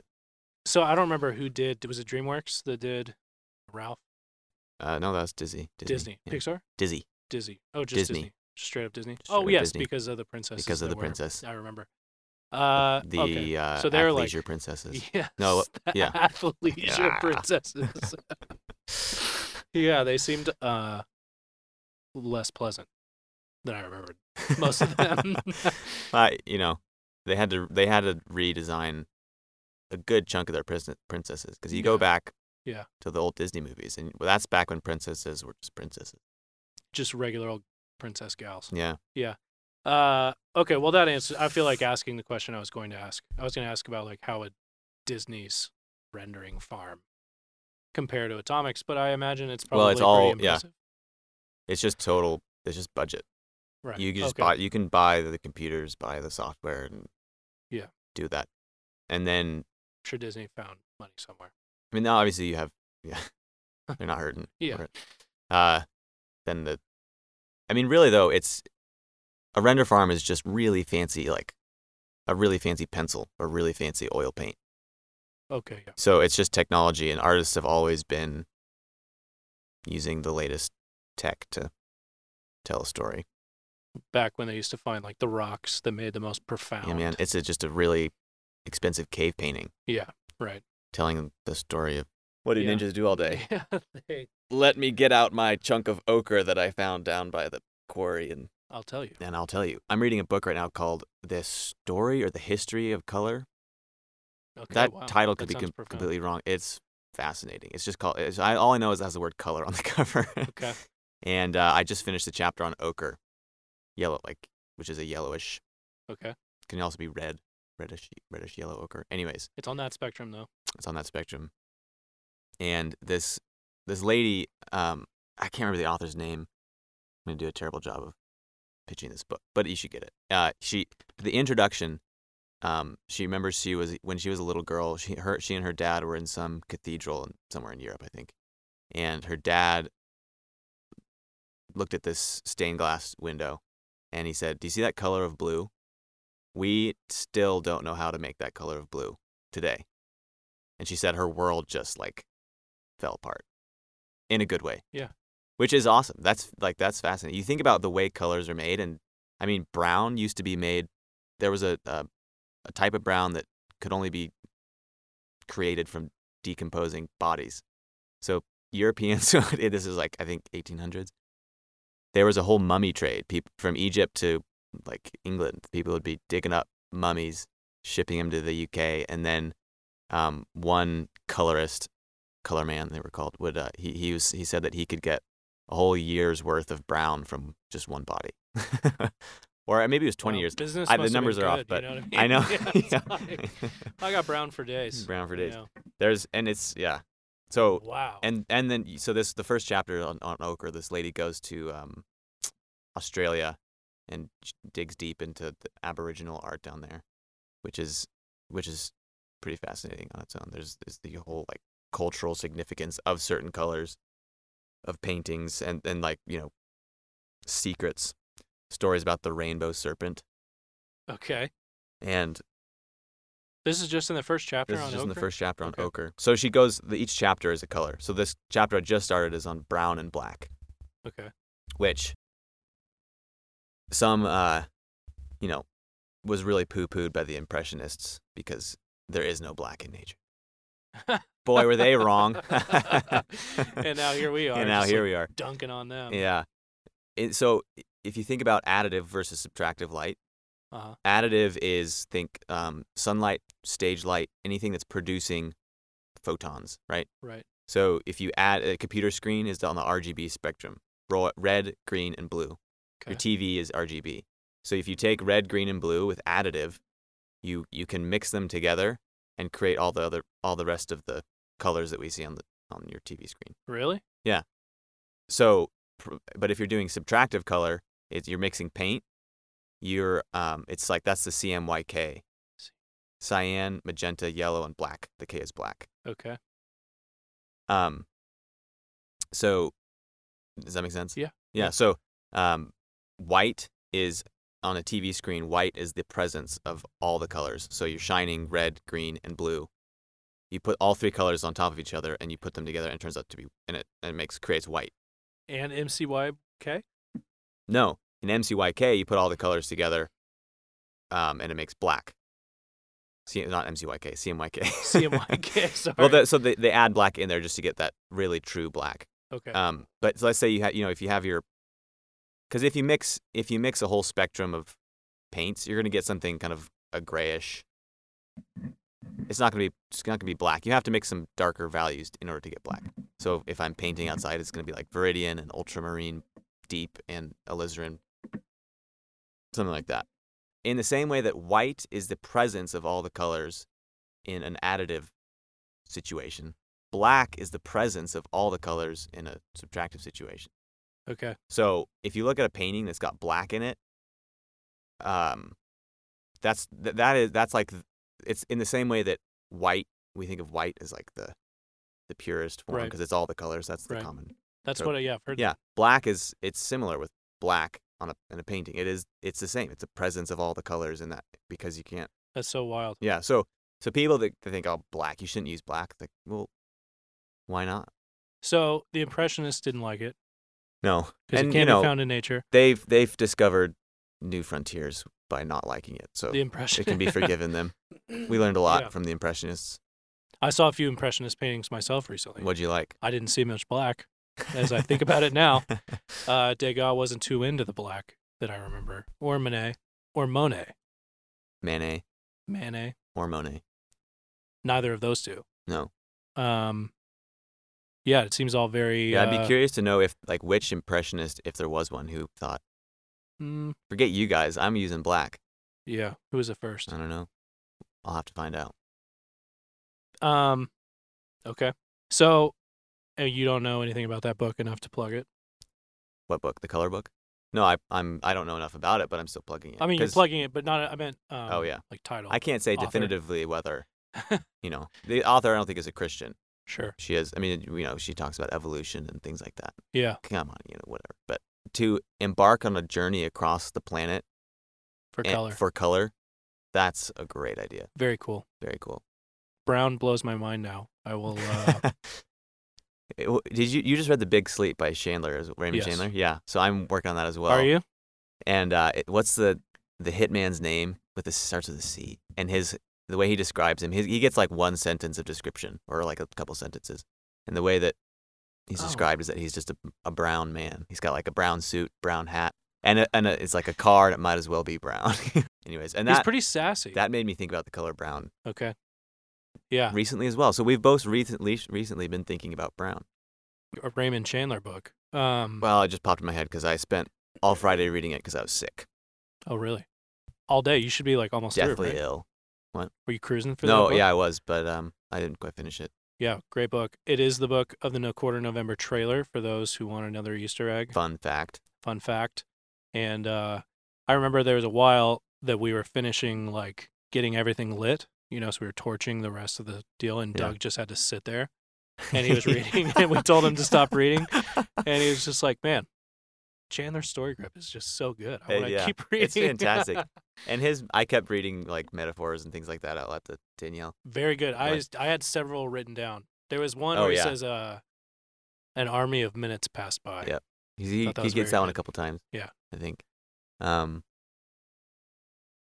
Speaker 1: So I don't remember who did. Was it DreamWorks that did Ralph
Speaker 2: Uh, no, that's Disney.
Speaker 1: Disney,
Speaker 2: yeah.
Speaker 1: Pixar,
Speaker 2: Dizzy.
Speaker 1: Disney? Oh, just Disney.
Speaker 2: Disney.
Speaker 1: Just straight up Disney.
Speaker 2: Just
Speaker 1: oh
Speaker 2: straight up
Speaker 1: yes,
Speaker 2: Disney.
Speaker 1: because of the princess.
Speaker 2: Because of the princess.
Speaker 1: I remember. Uh,
Speaker 2: the
Speaker 1: okay.
Speaker 2: uh,
Speaker 1: So they're like-
Speaker 2: athleisure princesses.
Speaker 1: Yes.
Speaker 2: No, uh, yeah.
Speaker 1: the Athleisure
Speaker 2: Yeah.
Speaker 1: princesses. yeah, they seemed uh, less pleasant than I remembered. Most of them.
Speaker 2: uh, you know, they had to they had to redesign a good chunk of their prince- princesses because you
Speaker 1: Yeah.
Speaker 2: go back
Speaker 1: Yeah.
Speaker 2: to the old Disney movies, and well, that's back when princesses were just princesses.
Speaker 1: Just regular old princess gals.
Speaker 2: Yeah,
Speaker 1: Uh, okay. Well, that answers. I feel like asking the question I was going to ask. I was going to ask about like how would Disney's rendering farm compare to Atomics, but I imagine it's probably
Speaker 2: Well, it's
Speaker 1: pretty
Speaker 2: all- yeah.
Speaker 1: impressive.
Speaker 2: it's just total. It's just budget.
Speaker 1: Right.
Speaker 2: You can just
Speaker 1: okay.
Speaker 2: buy. You can buy the computers, buy the software, and
Speaker 1: Yeah.
Speaker 2: do that. And then
Speaker 1: sure Disney found money somewhere.
Speaker 2: I mean, now obviously you have, yeah, they're not hurting.
Speaker 1: Yeah.
Speaker 2: for it. Uh, then the, I mean, really though, it's a render farm is just really fancy, like a really fancy pencil or really fancy oil paint.
Speaker 1: Okay. Yeah.
Speaker 2: So it's just technology, and artists have always been using the latest tech to tell a story.
Speaker 1: Back when they used to find like the rocks that made the most profound.
Speaker 2: Yeah, man, it's a, just a really expensive cave painting
Speaker 1: Yeah, Right.
Speaker 2: telling the story of what do
Speaker 1: Yeah.
Speaker 2: ninjas do all day.
Speaker 1: Yeah. They,
Speaker 2: let me get out my chunk of ochre that I found down by the quarry and
Speaker 1: I'll tell you.
Speaker 2: and I'll tell you. I'm reading a book right now called The Story or the History of Color.
Speaker 1: Okay,
Speaker 2: that
Speaker 1: wow,
Speaker 2: title could
Speaker 1: that
Speaker 2: be
Speaker 1: sounds
Speaker 2: com-
Speaker 1: profound.
Speaker 2: completely wrong. It's fascinating. It's just called it's, I all I know is it has the word color on the cover.
Speaker 1: Okay.
Speaker 2: and uh, I just finished the chapter on ochre. Yellow like which is a yellowish.
Speaker 1: Okay.
Speaker 2: Can also be red, reddish reddish yellow ochre. Anyways,
Speaker 1: It's on that spectrum though.
Speaker 2: it's on that spectrum. And this this lady, um, I can't remember the author's name. I'm gonna do a terrible job of pitching this book, but you should get it. Uh, she the introduction Um, she remembers she was when she was a little girl. She her she and her dad were in some cathedral in, somewhere in Europe, I think, and her dad looked at this stained glass window, and he said, "Do you see that color of blue? We still don't know how to make that color of blue today." And she said her world just like fell apart in a good way.
Speaker 1: Yeah.
Speaker 2: Which is awesome. That's like that's fascinating. You think about the way colors are made and I mean brown used to be made there was a a, a type of brown that could only be created from decomposing bodies. So Europeans this is like I think 1800s. There was a whole mummy trade. People from Egypt to like England, people would be digging up mummies, shipping them to the UK and then um, one colorist color man they were called would uh, he he was he said that he could get a whole year's worth of brown from just one body or maybe it was 20
Speaker 1: Wow,
Speaker 2: years
Speaker 1: Business
Speaker 2: I- the
Speaker 1: must have
Speaker 2: numbers
Speaker 1: been
Speaker 2: are off,
Speaker 1: good,
Speaker 2: but
Speaker 1: you know what
Speaker 2: i know
Speaker 1: I, mean? Yeah,
Speaker 2: Yeah.
Speaker 1: it's like- I got brown for days.
Speaker 2: brown for
Speaker 1: you
Speaker 2: days
Speaker 1: know.
Speaker 2: there's and it's yeah so
Speaker 1: Wow.
Speaker 2: and and then so this the first chapter on, on ochre this lady goes to um australia and sh- digs deep into the aboriginal art down there which is which is pretty fascinating on its own there's, there's the whole like cultural significance of certain colors of paintings and and like you know secrets stories about the rainbow serpent
Speaker 1: okay.
Speaker 2: and
Speaker 1: This is just in the first chapter
Speaker 2: This is
Speaker 1: on
Speaker 2: just in the
Speaker 1: ochre?
Speaker 2: first chapter on
Speaker 1: Okay.
Speaker 2: ochre. So she goes. The, each chapter is a color. So this chapter I just started is on brown and black,
Speaker 1: Okay.
Speaker 2: which some, uh, you know, was really poo-pooed by the impressionists because there is no black in nature. Boy, were they wrong.
Speaker 1: And now here we are,
Speaker 2: And now
Speaker 1: just
Speaker 2: here
Speaker 1: like um,
Speaker 2: we are.
Speaker 1: Dunking on them.
Speaker 2: Yeah. And so if you think about additive versus subtractive light,
Speaker 1: Uh-huh.
Speaker 2: additive is think um, sunlight, stage light, anything that's producing photons, right?
Speaker 1: Right.
Speaker 2: So if you add a computer screen is on the RGB spectrum, ro- red, green, and blue. Your
Speaker 1: Okay.
Speaker 2: TV is RGB. So if you take red, green, and blue with additive, you you can mix them together and create all the other all the rest of the colors that we see on the on your TV screen.
Speaker 1: Really?
Speaker 2: So, pr- but if you're doing subtractive color, it's you're mixing paint. You're um, it's like that's the CMYK, cyan, magenta, yellow, and black. The K is black.
Speaker 1: Okay.
Speaker 2: Um. So, does that make sense?
Speaker 1: Yeah.
Speaker 2: Yeah.
Speaker 1: Yeah.
Speaker 2: So, um, white is on a TV screen. White is the presence of all the colors. So you're shining red, green, and blue. You put all three colors on top of each other, and you put them together, and it turns out to be and it and it makes creates white.
Speaker 1: And MCYK?
Speaker 2: No, in MCYK, you put all the colors together, um, and it makes black. See, not MCYK, CMYK.
Speaker 1: CMYK. Sorry.
Speaker 2: well, the, so they, they add black in there just to get that really true black.
Speaker 1: okay.
Speaker 2: Um, but so let's say you have, you know, if you have your, because if you mix, if you mix a whole spectrum of paints, you're gonna get something kind of a grayish. It's not gonna be, it's not gonna be black. You have to mix some darker values in order to get black. So if I'm painting outside, it's gonna be like viridian and ultramarine, deep and alizarin, something like that. In the same way that white is the presence of all the colors in an additive situation, black is the presence of all the colors in a subtractive situation.
Speaker 1: okay.
Speaker 2: So if you look at a painting that's got black in it, um, that's th- that is that's like it's in the same way that white we think of white as like the the purest form
Speaker 1: Right.
Speaker 2: because it's all the colors. That's the
Speaker 1: Right.
Speaker 2: common.
Speaker 1: That's
Speaker 2: so-
Speaker 1: what I, yeah, I've heard.
Speaker 2: Yeah, black is it's similar with black on a in a painting. It is it's the same. It's the presence of all the colors in that because you can't.
Speaker 1: That's so wild.
Speaker 2: Yeah. So so people that, that think oh black you shouldn't use black like well why not
Speaker 1: So the Impressionists didn't like it
Speaker 2: no
Speaker 1: because it
Speaker 2: And,
Speaker 1: can't
Speaker 2: you know,
Speaker 1: be found in nature.
Speaker 2: they've they've discovered new frontiers by not liking it. So
Speaker 1: The Impressionists.
Speaker 2: it can be forgiven them. We learned a lot
Speaker 1: Yeah.
Speaker 2: from the impressionists.
Speaker 1: I saw a few Impressionist paintings myself recently.
Speaker 2: What'd you like?
Speaker 1: I didn't see much black. As I think about it now, uh, Degas wasn't too into the black that I remember, or Monet, or Monet,
Speaker 2: Manet
Speaker 1: Manet.
Speaker 2: or Monet.
Speaker 1: Neither of those two.
Speaker 2: No.
Speaker 1: Um. Yeah, it seems all very.
Speaker 2: Yeah, I'd
Speaker 1: uh,
Speaker 2: be curious to know if like which impressionist, if there was one, who thought,
Speaker 1: mm,
Speaker 2: forget you guys, I'm using black.
Speaker 1: yeah, who was the first?
Speaker 2: I don't know. I'll have to find out.
Speaker 1: Um. Okay. So, uh, you don't know anything about that book enough to plug it.
Speaker 2: What book? The color book? No, I, I'm I don't know enough about it, but I'm still plugging it.
Speaker 1: I mean, you're
Speaker 2: 'cause
Speaker 1: plugging it, but not. I meant. Um,
Speaker 2: Oh, yeah.
Speaker 1: Like title.
Speaker 2: I can't say
Speaker 1: author.
Speaker 2: definitively whether you know the author. I don't think is a Christian.
Speaker 1: Sure.
Speaker 2: She is. I mean, you know, she talks about evolution and things like that.
Speaker 1: Yeah.
Speaker 2: Come on, you know, whatever. But to embark on a journey across the planet
Speaker 1: For
Speaker 2: and-
Speaker 1: color.
Speaker 2: for color, that's a great idea.
Speaker 1: Very cool.
Speaker 2: Very cool.
Speaker 1: Brown blows my mind now. I will. Uh,
Speaker 2: It w- Did you you just read The Big Sleep by Chandler, is- Raymond
Speaker 1: Yes.
Speaker 2: Chandler? Yeah. So I'm working on that as well.
Speaker 1: are you?
Speaker 2: And uh, it, what's the the hitman's name with this starts with a C and his the way he describes him, his, he gets like one sentence of description or like a couple sentences. And the way that he's
Speaker 1: Oh.
Speaker 2: described is that he's just a, a brown man. He's got like a brown suit, brown hat, and a, and a, it's like a car and it might as well be brown. Anyways, and
Speaker 1: He's
Speaker 2: that
Speaker 1: pretty sassy.
Speaker 2: that made me think about the color brown
Speaker 1: okay. Yeah.
Speaker 2: recently as well. So we've both recently recently been thinking about brown.
Speaker 1: A Raymond Chandler book. Um.
Speaker 2: Well, it just popped in my head because I spent all Friday reading it because I was sick,
Speaker 1: oh really? All day. You should be like almost
Speaker 2: deathly
Speaker 1: through. Right?
Speaker 2: ill.
Speaker 1: Were you cruising for
Speaker 2: No,
Speaker 1: that? book?
Speaker 2: yeah, I was, but um, I didn't quite finish it.
Speaker 1: Yeah, great book. It is the book of the No Quarter November trailer for those who want another Easter egg.
Speaker 2: Fun fact.
Speaker 1: Fun fact. And uh, I remember there was a while that we were finishing like getting everything lit. You know, so we were torching the rest of the deal, and
Speaker 2: Yeah.
Speaker 1: Doug just had to sit there, and he was reading, and we told him to stop reading, and he was just like, "Man, Chandler's story grip is just so good. I
Speaker 2: Hey,
Speaker 1: want to
Speaker 2: Eh, yeah.
Speaker 1: keep reading.
Speaker 2: It's fantastic. and his, I kept reading like metaphors and things like that out loud to Danielle.
Speaker 1: Very good. I
Speaker 2: What?
Speaker 1: just- I had several written down. There was one
Speaker 2: Oh,
Speaker 1: where he
Speaker 2: yeah.
Speaker 1: says, "Uh, an army of minutes passed by."
Speaker 2: Yeah. He, he,
Speaker 1: Thought that
Speaker 2: he
Speaker 1: was
Speaker 2: gets
Speaker 1: very
Speaker 2: that one a
Speaker 1: good.
Speaker 2: couple times.
Speaker 1: Yeah.
Speaker 2: I think. Um,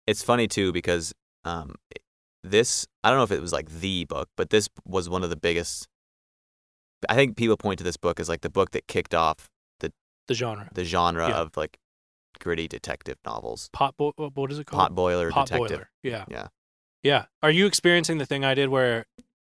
Speaker 2: it's funny too because um, it- this, I don't know if it was like the book, but this was one of the biggest. I think people point to this book as like the book that kicked off
Speaker 1: The genre.
Speaker 2: the genre
Speaker 1: Yeah.
Speaker 2: of like gritty detective novels,
Speaker 1: pot bo- what what is it called?
Speaker 2: pot boiler
Speaker 1: Pot
Speaker 2: detective.
Speaker 1: boiler. Yeah.
Speaker 2: Yeah.
Speaker 1: Yeah. Are you experiencing the thing I did where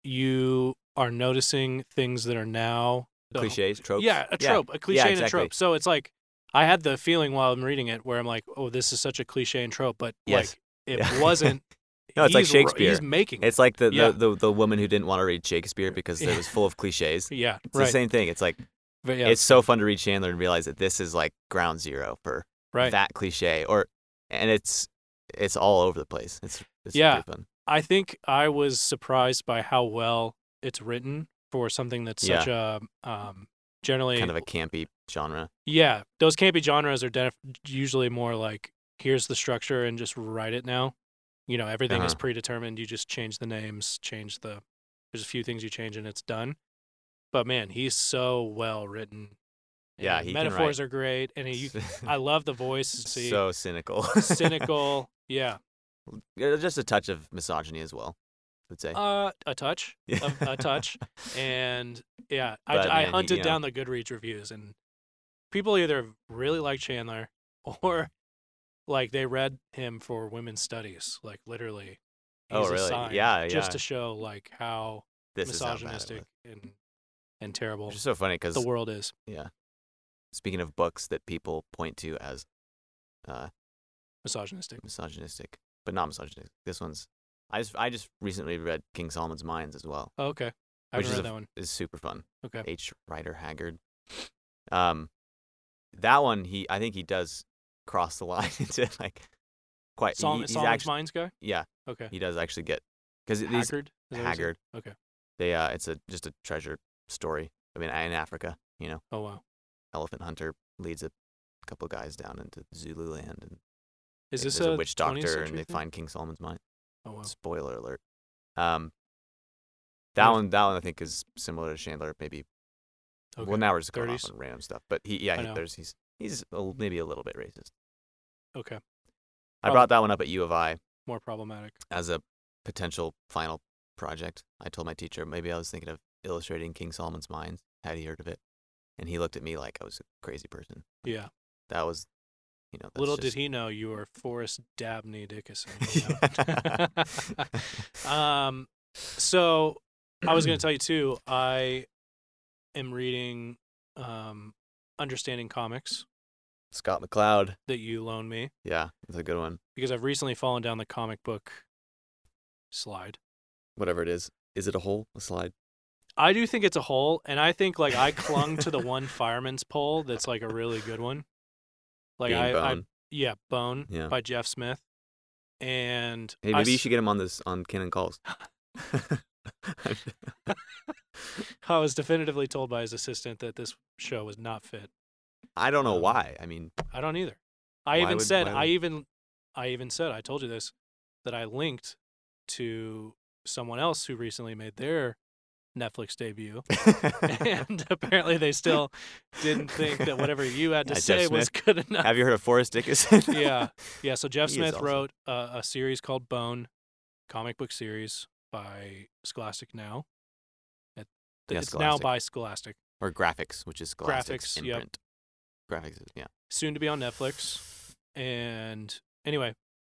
Speaker 1: you are noticing things that are now the-
Speaker 2: cliches, tropes.
Speaker 1: Yeah, a trope, a cliche and a
Speaker 2: exactly.
Speaker 1: trope. So it's like I had the feeling while I'm reading it where I'm like, oh, this is such a cliche and trope, but
Speaker 2: Yes.
Speaker 1: like it
Speaker 2: Yeah.
Speaker 1: wasn't.
Speaker 2: No, it's like
Speaker 1: he's ro-
Speaker 2: Shakespeare.
Speaker 1: He's making. It.
Speaker 2: It's like the,
Speaker 1: Yeah.
Speaker 2: the, the the woman who didn't want to read Shakespeare because it was full of cliches. It's
Speaker 1: Yeah.
Speaker 2: the
Speaker 1: right.
Speaker 2: same thing. It's like
Speaker 1: But yeah.
Speaker 2: it's so fun to read Chandler and realize that this is like ground zero for
Speaker 1: right.
Speaker 2: that cliche, or and it's it's all over the place. It's, it's
Speaker 1: Yeah.
Speaker 2: pretty fun.
Speaker 1: I think I was surprised by how well it's written for something that's such a um, generally
Speaker 2: kind of a campy genre.
Speaker 1: Yeah, those campy genres are def- usually more like here's the structure and just write it now. You know, everything is
Speaker 2: Uh-huh.
Speaker 1: predetermined. You just change the names, change the. There's a few things you change and it's done. But man, he's so well written.
Speaker 2: Yeah,
Speaker 1: and
Speaker 2: he can
Speaker 1: metaphors are great, and he, you, I love the voice. See,
Speaker 2: so cynical,
Speaker 1: cynical. Yeah,
Speaker 2: Yeah, just a touch of misogyny as well. I would say
Speaker 1: uh, a touch, a, a touch, and yeah, I,
Speaker 2: But,
Speaker 1: I
Speaker 2: man, he-
Speaker 1: hunted
Speaker 2: yeah.
Speaker 1: down the Goodreads reviews, and people either really like Chandler or like they read him for women's studies, like literally. He's
Speaker 2: Oh,
Speaker 1: a
Speaker 2: really?
Speaker 1: sign,
Speaker 2: Yeah,
Speaker 1: Just
Speaker 2: yeah.
Speaker 1: to show like how
Speaker 2: this is how bad it
Speaker 1: misogynistic
Speaker 2: was.
Speaker 1: and and terrible
Speaker 2: Which is so funny because
Speaker 1: the world is.
Speaker 2: speaking of books that people point to as uh,
Speaker 1: Misogynistic.
Speaker 2: misogynistic, but not misogynistic. This one's I just I just recently read King Solomon's Mines as well.
Speaker 1: Oh, okay, I haven't
Speaker 2: Which is
Speaker 1: read
Speaker 2: a-
Speaker 1: that one.
Speaker 2: It's super fun.
Speaker 1: Okay.
Speaker 2: H. Rider Haggard. Um, that one he I think he does cross the line into like quite. he-
Speaker 1: Sol-
Speaker 2: he's
Speaker 1: Solomon's
Speaker 2: actually
Speaker 1: Mines guy.
Speaker 2: yeah
Speaker 1: Okay.
Speaker 2: he does actually get because these
Speaker 1: Haggard. Is that what you said?
Speaker 2: Haggard
Speaker 1: Okay.
Speaker 2: they uh it's a just a treasure story. I mean in Africa you know
Speaker 1: Oh wow.
Speaker 2: elephant hunter leads a couple guys down into Zululand and
Speaker 1: Is this
Speaker 2: Like, there's
Speaker 1: a,
Speaker 2: a, witch
Speaker 1: 20th
Speaker 2: doctor and
Speaker 1: century
Speaker 2: they
Speaker 1: thing?
Speaker 2: find King Solomon's mine?
Speaker 1: Oh wow.
Speaker 2: Spoiler alert. Um, that
Speaker 1: Yeah.
Speaker 2: one, that one, I think is similar to Chandler. Maybe.
Speaker 1: Okay.
Speaker 2: Well, now we're just going
Speaker 1: 30s?
Speaker 2: off on random stuff, but he,
Speaker 1: I
Speaker 2: yeah,
Speaker 1: know.
Speaker 2: he, there's he's he's a, l- maybe a little bit racist.
Speaker 1: okay.
Speaker 2: I brought that one up at U of I
Speaker 1: More problematic.
Speaker 2: as a potential final project. I told my teacher maybe I was thinking of illustrating King Solomon's mines. Had he heard of it? And he looked at me like I was a crazy person.
Speaker 1: Yeah.
Speaker 2: That was, you know, that's
Speaker 1: Little
Speaker 2: just,
Speaker 1: did he know you were Forrest Dabney Dickinson. um, so I was going to tell you too. I am reading um, Understanding Comics
Speaker 2: Scott McCloud.
Speaker 1: that you loaned me
Speaker 2: Yeah, that's a good one.
Speaker 1: because I've recently fallen down the comic book slide.
Speaker 2: whatever it is. Is it a hole? A slide?
Speaker 1: I do think it's a hole, and I think like I clung to the one fireman's pole that's like a really good one. Like
Speaker 2: Being
Speaker 1: I, I
Speaker 2: Bone.
Speaker 1: yeah, Bone
Speaker 2: Yeah.
Speaker 1: by Jeff Smith. And
Speaker 2: Hey,
Speaker 1: I
Speaker 2: maybe you
Speaker 1: s-
Speaker 2: should get him on this on Canon Calls.
Speaker 1: I was definitively told by his assistant that this show was not fit.
Speaker 2: I don't know
Speaker 1: Um,
Speaker 2: why. I mean,
Speaker 1: I don't either. I
Speaker 2: Why
Speaker 1: even
Speaker 2: would-
Speaker 1: said
Speaker 2: why
Speaker 1: I
Speaker 2: would-
Speaker 1: even I even said I told you this that I linked to someone else who recently made their Netflix debut and apparently they still didn't think that whatever you had to
Speaker 2: Yeah, Uh, Jeff
Speaker 1: say was good enough.
Speaker 2: Have you heard of Forrest Dickinson?
Speaker 1: yeah. Yeah. So Jeff
Speaker 2: He is
Speaker 1: Smith
Speaker 2: awesome.
Speaker 1: wrote a, a series called Bone, comic book series by Scholastic now. It-
Speaker 2: Yeah,
Speaker 1: it's now
Speaker 2: Scholastic.
Speaker 1: by Scholastic.
Speaker 2: or graphics, which is Scholastic's
Speaker 1: Graphics, yep.
Speaker 2: imprint. Graphics, is, yeah.
Speaker 1: Soon to be on Netflix. And anyway,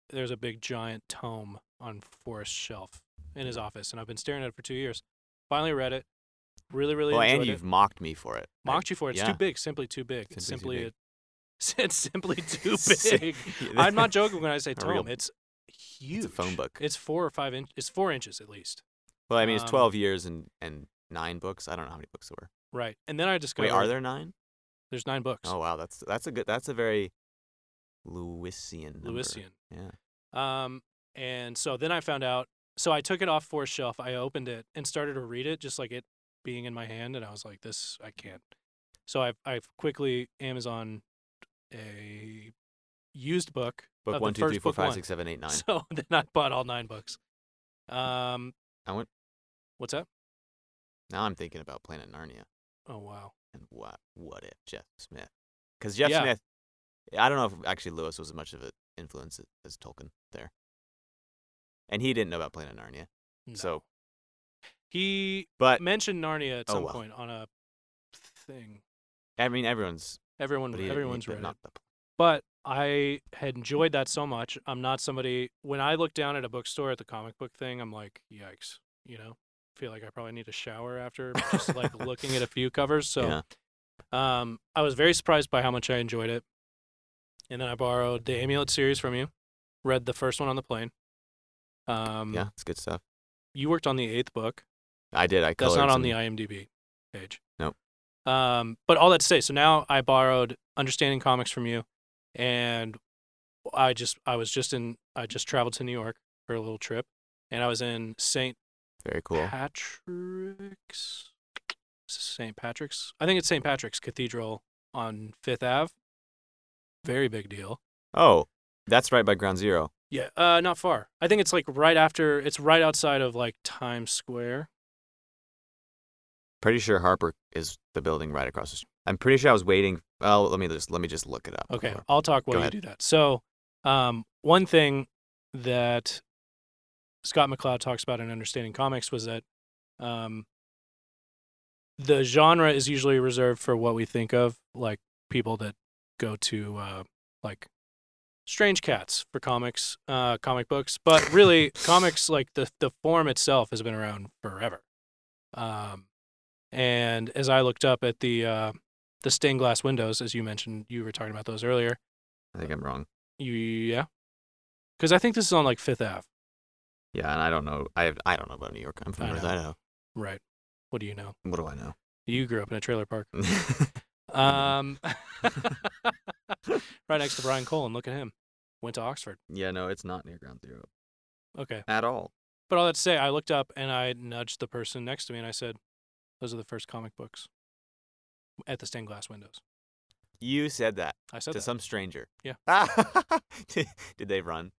Speaker 1: there's a big giant tome on Forrest's shelf in his office, and I've been staring at it for two years. Finally read it. Really, really
Speaker 2: well, and
Speaker 1: enjoyed
Speaker 2: you've
Speaker 1: it.
Speaker 2: mocked me for it.
Speaker 1: Mocked you for it. It's
Speaker 2: yeah.
Speaker 1: too big. Simply too big. It's
Speaker 2: Simply
Speaker 1: simply
Speaker 2: too
Speaker 1: a, it's simply too
Speaker 2: Si-
Speaker 1: big. I'm not joking when I say
Speaker 2: A
Speaker 1: tome.
Speaker 2: real-
Speaker 1: it's huge.
Speaker 2: It's a phone book.
Speaker 1: It's four or five inch. It's four inches at least.
Speaker 2: well, I mean, it's
Speaker 1: um,
Speaker 2: 12 years and, and nine books. I don't know how many books there were.
Speaker 1: Right. And then I discovered
Speaker 2: Wait, are there nine?
Speaker 1: there's nine books.
Speaker 2: Oh wow, that's that's a good. That's a very Lewisian. number.
Speaker 1: Lewisian.
Speaker 2: Yeah.
Speaker 1: Um, and so then I found out. So I took it off for a shelf. I opened it and started to read it, just like it being in my hand, and I was like, "This I can't." So I I quickly Amazon a used book. of
Speaker 2: Book
Speaker 1: the
Speaker 2: one, two, three,
Speaker 1: first
Speaker 2: four,
Speaker 1: book
Speaker 2: five,
Speaker 1: one.
Speaker 2: six, seven, eight, nine.
Speaker 1: So then I bought all nine books. Um,
Speaker 2: I went-
Speaker 1: What's that?
Speaker 2: Now I'm thinking about Planet Narnia
Speaker 1: Oh wow.
Speaker 2: and what what if Jeff Smith? Because Jeff
Speaker 1: Yeah.
Speaker 2: Smith, I don't know if actually Lewis was as much of an influence as- as Tolkien there, and he didn't know about Planet Narnia.
Speaker 1: No.
Speaker 2: So,
Speaker 1: he
Speaker 2: but
Speaker 1: mentioned Narnia at
Speaker 2: Oh,
Speaker 1: some
Speaker 2: well.
Speaker 1: point on a thing.
Speaker 2: I mean, everyone's
Speaker 1: Everyone,
Speaker 2: but he- he-
Speaker 1: everyone's
Speaker 2: but
Speaker 1: read it.
Speaker 2: not the-
Speaker 1: But I had enjoyed that so much. I'm not somebody when I look down at a bookstore at the comic book thing, I'm like, yikes, you know. Feel like I probably need a shower after just like looking at a few covers. So, um, I was very surprised by how much I enjoyed it. And then I borrowed the Amulet series from you. Read the first one on the plane. Um,
Speaker 2: yeah, it's good stuff.
Speaker 1: You worked on the eighth book.
Speaker 2: I did. I
Speaker 1: That's
Speaker 2: colored
Speaker 1: not on
Speaker 2: some-
Speaker 1: the IMDb page.
Speaker 2: Nope.
Speaker 1: Um, but all that to say, so now I borrowed Understanding Comics from you, and I just I was just in I just traveled to New York for a little trip, and I was in Saint
Speaker 2: very cool.
Speaker 1: Patrick's St. Patrick's. I think it's St. Patrick's Cathedral on Fifth Ave. Very big deal.
Speaker 2: Oh, that's right by Ground Zero.
Speaker 1: Yeah, uh, not far. I think it's like right after. It's right outside of like Times Square.
Speaker 2: Pretty sure Harper is the building right across the street. I'm pretty sure I was waiting. Well, let me just let me just look it up.
Speaker 1: Okay,
Speaker 2: before-
Speaker 1: I'll talk while
Speaker 2: Go
Speaker 1: you
Speaker 2: ahead.
Speaker 1: do that. So, um, one thing that Scott McCloud talks about in Understanding Comics was that um, the genre is usually reserved for what we think of, like people that go to uh, like strange cats for comics, uh, comic books. But really, comics like the the form itself has been around forever. Um, and as I looked up at the uh, the stained glass windows, as you mentioned, you were talking about those earlier.
Speaker 2: I think I'm wrong.
Speaker 1: You, yeah, because I think this is on like Fifth Ave,
Speaker 2: Yeah, and I don't know. I I don't know about New York. I'm from
Speaker 1: I
Speaker 2: North
Speaker 1: know.
Speaker 2: Idaho.
Speaker 1: right? What do you know?
Speaker 2: What do I know?
Speaker 1: You grew up in a trailer park, um,
Speaker 2: I
Speaker 1: right next to Brian Colin. Look at him. Went to Oxford.
Speaker 2: yeah, no, it's not near Ground Zero
Speaker 1: Okay,
Speaker 2: at all.
Speaker 1: but all that to say, I looked up and I nudged the person next to me and I said, "Those are the first comic books at the stained glass windows."
Speaker 2: You said that
Speaker 1: I said
Speaker 2: to
Speaker 1: that.
Speaker 2: some stranger.
Speaker 1: Yeah.
Speaker 2: did, did they run?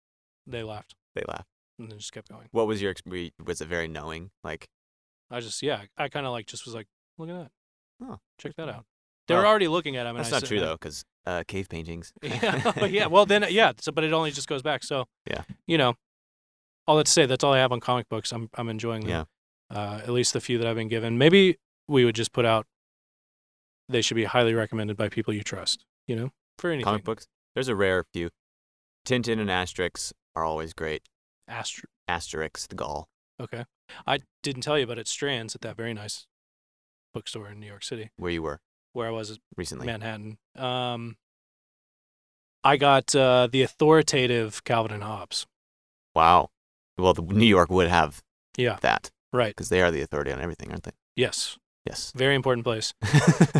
Speaker 1: They laughed
Speaker 2: They laughed.
Speaker 1: and then just kept going.
Speaker 2: What was your? ex- were you- Was it very knowing? Like
Speaker 1: I just yeah, I kind of like just was like, "Look at that.
Speaker 2: Oh,
Speaker 1: Check
Speaker 2: good
Speaker 1: that
Speaker 2: for
Speaker 1: out." They were
Speaker 2: Well,
Speaker 1: already looking at him.
Speaker 2: that's
Speaker 1: and I
Speaker 2: not
Speaker 1: said-
Speaker 2: true
Speaker 1: and I-
Speaker 2: though, because uh, cave paintings.
Speaker 1: yeah, but yeah. Well, then, uh, yeah. So, but it only just goes back. So,
Speaker 2: Yeah.
Speaker 1: You know, all that to say, that's all I have on comic books. I'm I'm enjoying
Speaker 2: Yeah.
Speaker 1: them. Uh, at least the few that I've been given. Maybe we would just put out. They should be highly recommended by people you trust. You know, for anything.
Speaker 2: comic books. There's a rare few. Tintin and Asterix are always great.
Speaker 1: Astro.
Speaker 2: Asterix, the Gaul.
Speaker 1: Okay. I didn't tell you, but it strands at that very nice bookstore in New York City
Speaker 2: Where you were
Speaker 1: where I was
Speaker 2: recently.
Speaker 1: Manhattan. Um, I got uh, the authoritative Calvin and Hobbes.
Speaker 2: Wow. Well, the, New York would have
Speaker 1: Yeah.
Speaker 2: that
Speaker 1: Right.
Speaker 2: because they are the authority on everything, aren't they?
Speaker 1: Yes.
Speaker 2: Yes.
Speaker 1: Very important place.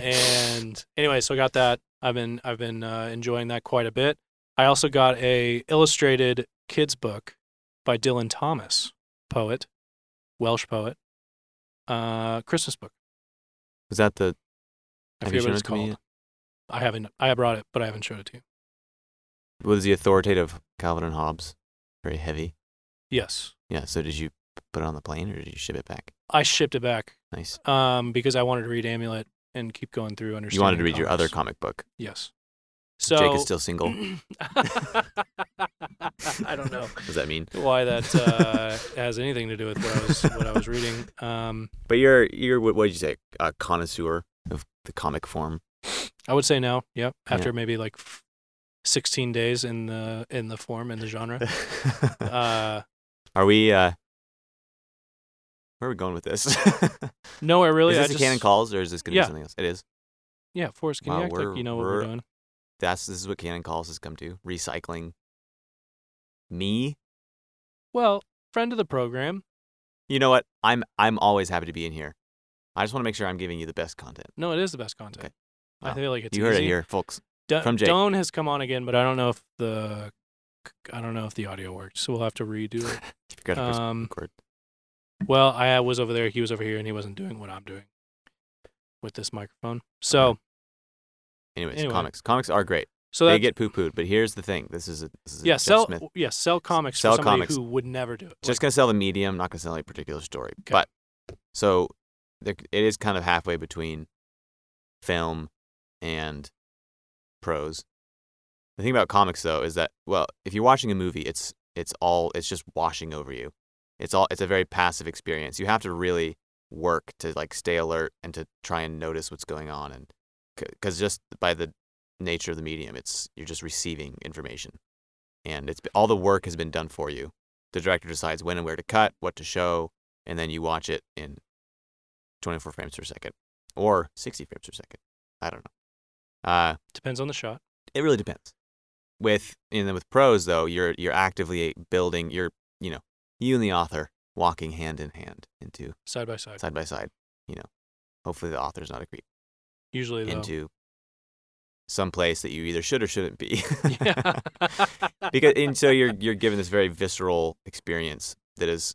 Speaker 1: and anyway, so I got that. I've been I've been uh, enjoying that quite a bit. I also got a illustrated kids book by Dylan Thomas, poet, Welsh poet, uh, Christmas book.
Speaker 2: Was that the?
Speaker 1: I
Speaker 2: Have you
Speaker 1: forget what it's
Speaker 2: shown it to me
Speaker 1: called.
Speaker 2: yet?
Speaker 1: I haven't. I brought it, but I haven't showed it to you.
Speaker 2: Was the authoritative Calvin and Hobbes very heavy?
Speaker 1: Yes,
Speaker 2: Yeah. So did you put it on the plane or did you ship it back?
Speaker 1: I shipped it back
Speaker 2: Nice.
Speaker 1: um, because I wanted to read Amulet and keep going through understanding.
Speaker 2: You wanted to read your other
Speaker 1: comics.
Speaker 2: comic book.
Speaker 1: yes. So
Speaker 2: Jake is still single.
Speaker 1: I don't know
Speaker 2: Does that mean?
Speaker 1: why that uh, has anything to do with what I was what I was reading. Um,
Speaker 2: But you're you're what what did you say? A connoisseur of the comic form.
Speaker 1: I would say now, yeah,
Speaker 2: Yeah.
Speaker 1: after maybe like f- 16 days in the in the form in the genre. Uh,
Speaker 2: Are we? uh Where are we going with this?
Speaker 1: no, I really
Speaker 2: is
Speaker 1: I
Speaker 2: this a
Speaker 1: just,
Speaker 2: canon calls or is this gonna
Speaker 1: Yeah.
Speaker 2: be something else? It is.
Speaker 1: Yeah, Forrest, can
Speaker 2: Wow,
Speaker 1: you act
Speaker 2: we're-
Speaker 1: like you know what we're,
Speaker 2: we're-
Speaker 1: doing?
Speaker 2: That's this is what canon calls has come to. Recycling. Me.
Speaker 1: Well, friend of the program.
Speaker 2: You know what? I'm I'm always happy to be in here. I just want to make sure I'm giving you the best content.
Speaker 1: No, it is the best content.
Speaker 2: Okay.
Speaker 1: I
Speaker 2: Wow.
Speaker 1: feel like it's
Speaker 2: you heard
Speaker 1: easy.
Speaker 2: it here, folks.
Speaker 1: Do-
Speaker 2: from Jake.
Speaker 1: Doan has come on again, but I don't know if the I don't know if the audio worked, so we'll have to redo it.
Speaker 2: If you got a first
Speaker 1: Um,
Speaker 2: record.
Speaker 1: Well, I was over there, he was over here, and he wasn't doing what I'm doing with this microphone. So,
Speaker 2: Anyways,
Speaker 1: anyway.
Speaker 2: comics. Comics are great.
Speaker 1: so
Speaker 2: they
Speaker 1: that
Speaker 2: get poo pooed, but here's the thing. This is a this is a
Speaker 1: yeah,
Speaker 2: Jeff
Speaker 1: sell
Speaker 2: Smith.
Speaker 1: yeah, sell comics
Speaker 2: sell
Speaker 1: for somebody
Speaker 2: comics.
Speaker 1: who would never do it.
Speaker 2: Just gonna sell the medium, not gonna sell any particular story.
Speaker 1: Okay.
Speaker 2: But so there, it is kind of halfway between film and prose. The thing about comics though is that well, if you're watching a movie, it's it's all it's just washing over you. It's all it's a very passive experience. You have to really work to like stay alert and to try and notice what's going on and because just by the nature of the medium, it's you're just receiving information, and it's all the work has been done for you. The director decides when and where to cut, what to show, and then you watch it in 24 frames per second or 60 frames per second. I don't know. Uh,
Speaker 1: depends on the shot.
Speaker 2: it really depends. With and then with prose though, you're you're actively building. You're you know you and the author walking hand in hand into
Speaker 1: Side by side.
Speaker 2: side by side. You know, hopefully the author's not a creep
Speaker 1: Usually though.
Speaker 2: into some place that you either should or shouldn't be.
Speaker 1: yeah.
Speaker 2: because and so you're you're given this very visceral experience that is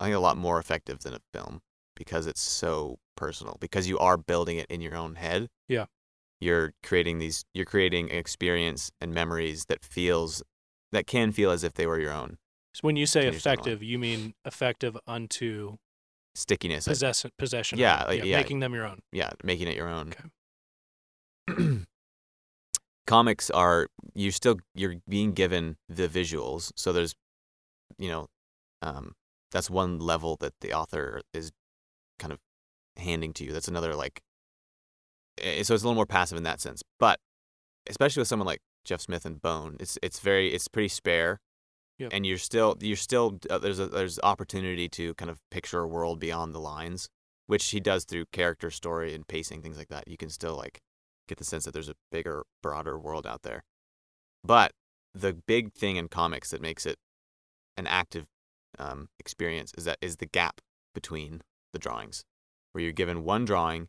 Speaker 2: I think a lot more effective than a film because it's so personal because you are building it in your own head.
Speaker 1: Yeah.
Speaker 2: You're creating these you're creating an experience and memories that feels that can feel as if they were your own.
Speaker 1: So when you say
Speaker 2: Continue to go on.
Speaker 1: effective, you mean effective unto
Speaker 2: Stickiness. I
Speaker 1: possess- possession. of
Speaker 2: Yeah,
Speaker 1: it.
Speaker 2: like- yeah.
Speaker 1: making them your own.
Speaker 2: yeah, making it your own. Comics are you're still you're being given the visuals, so there's, you know, um, that's one level that the author is kind of handing to you. That's another like, eh, so it's a little more passive in that sense. But especially with someone like Jeff Smith and Bone, it's it's very it's pretty spare,
Speaker 1: Yep.
Speaker 2: and you're still you're still uh, there's a there's opportunity to kind of picture a world beyond the lines which he does through character story and pacing things like that you can still like get the sense that there's a bigger broader world out there but the big thing in comics that makes it an active um, experience is that is the gap between the drawings where you're given one drawing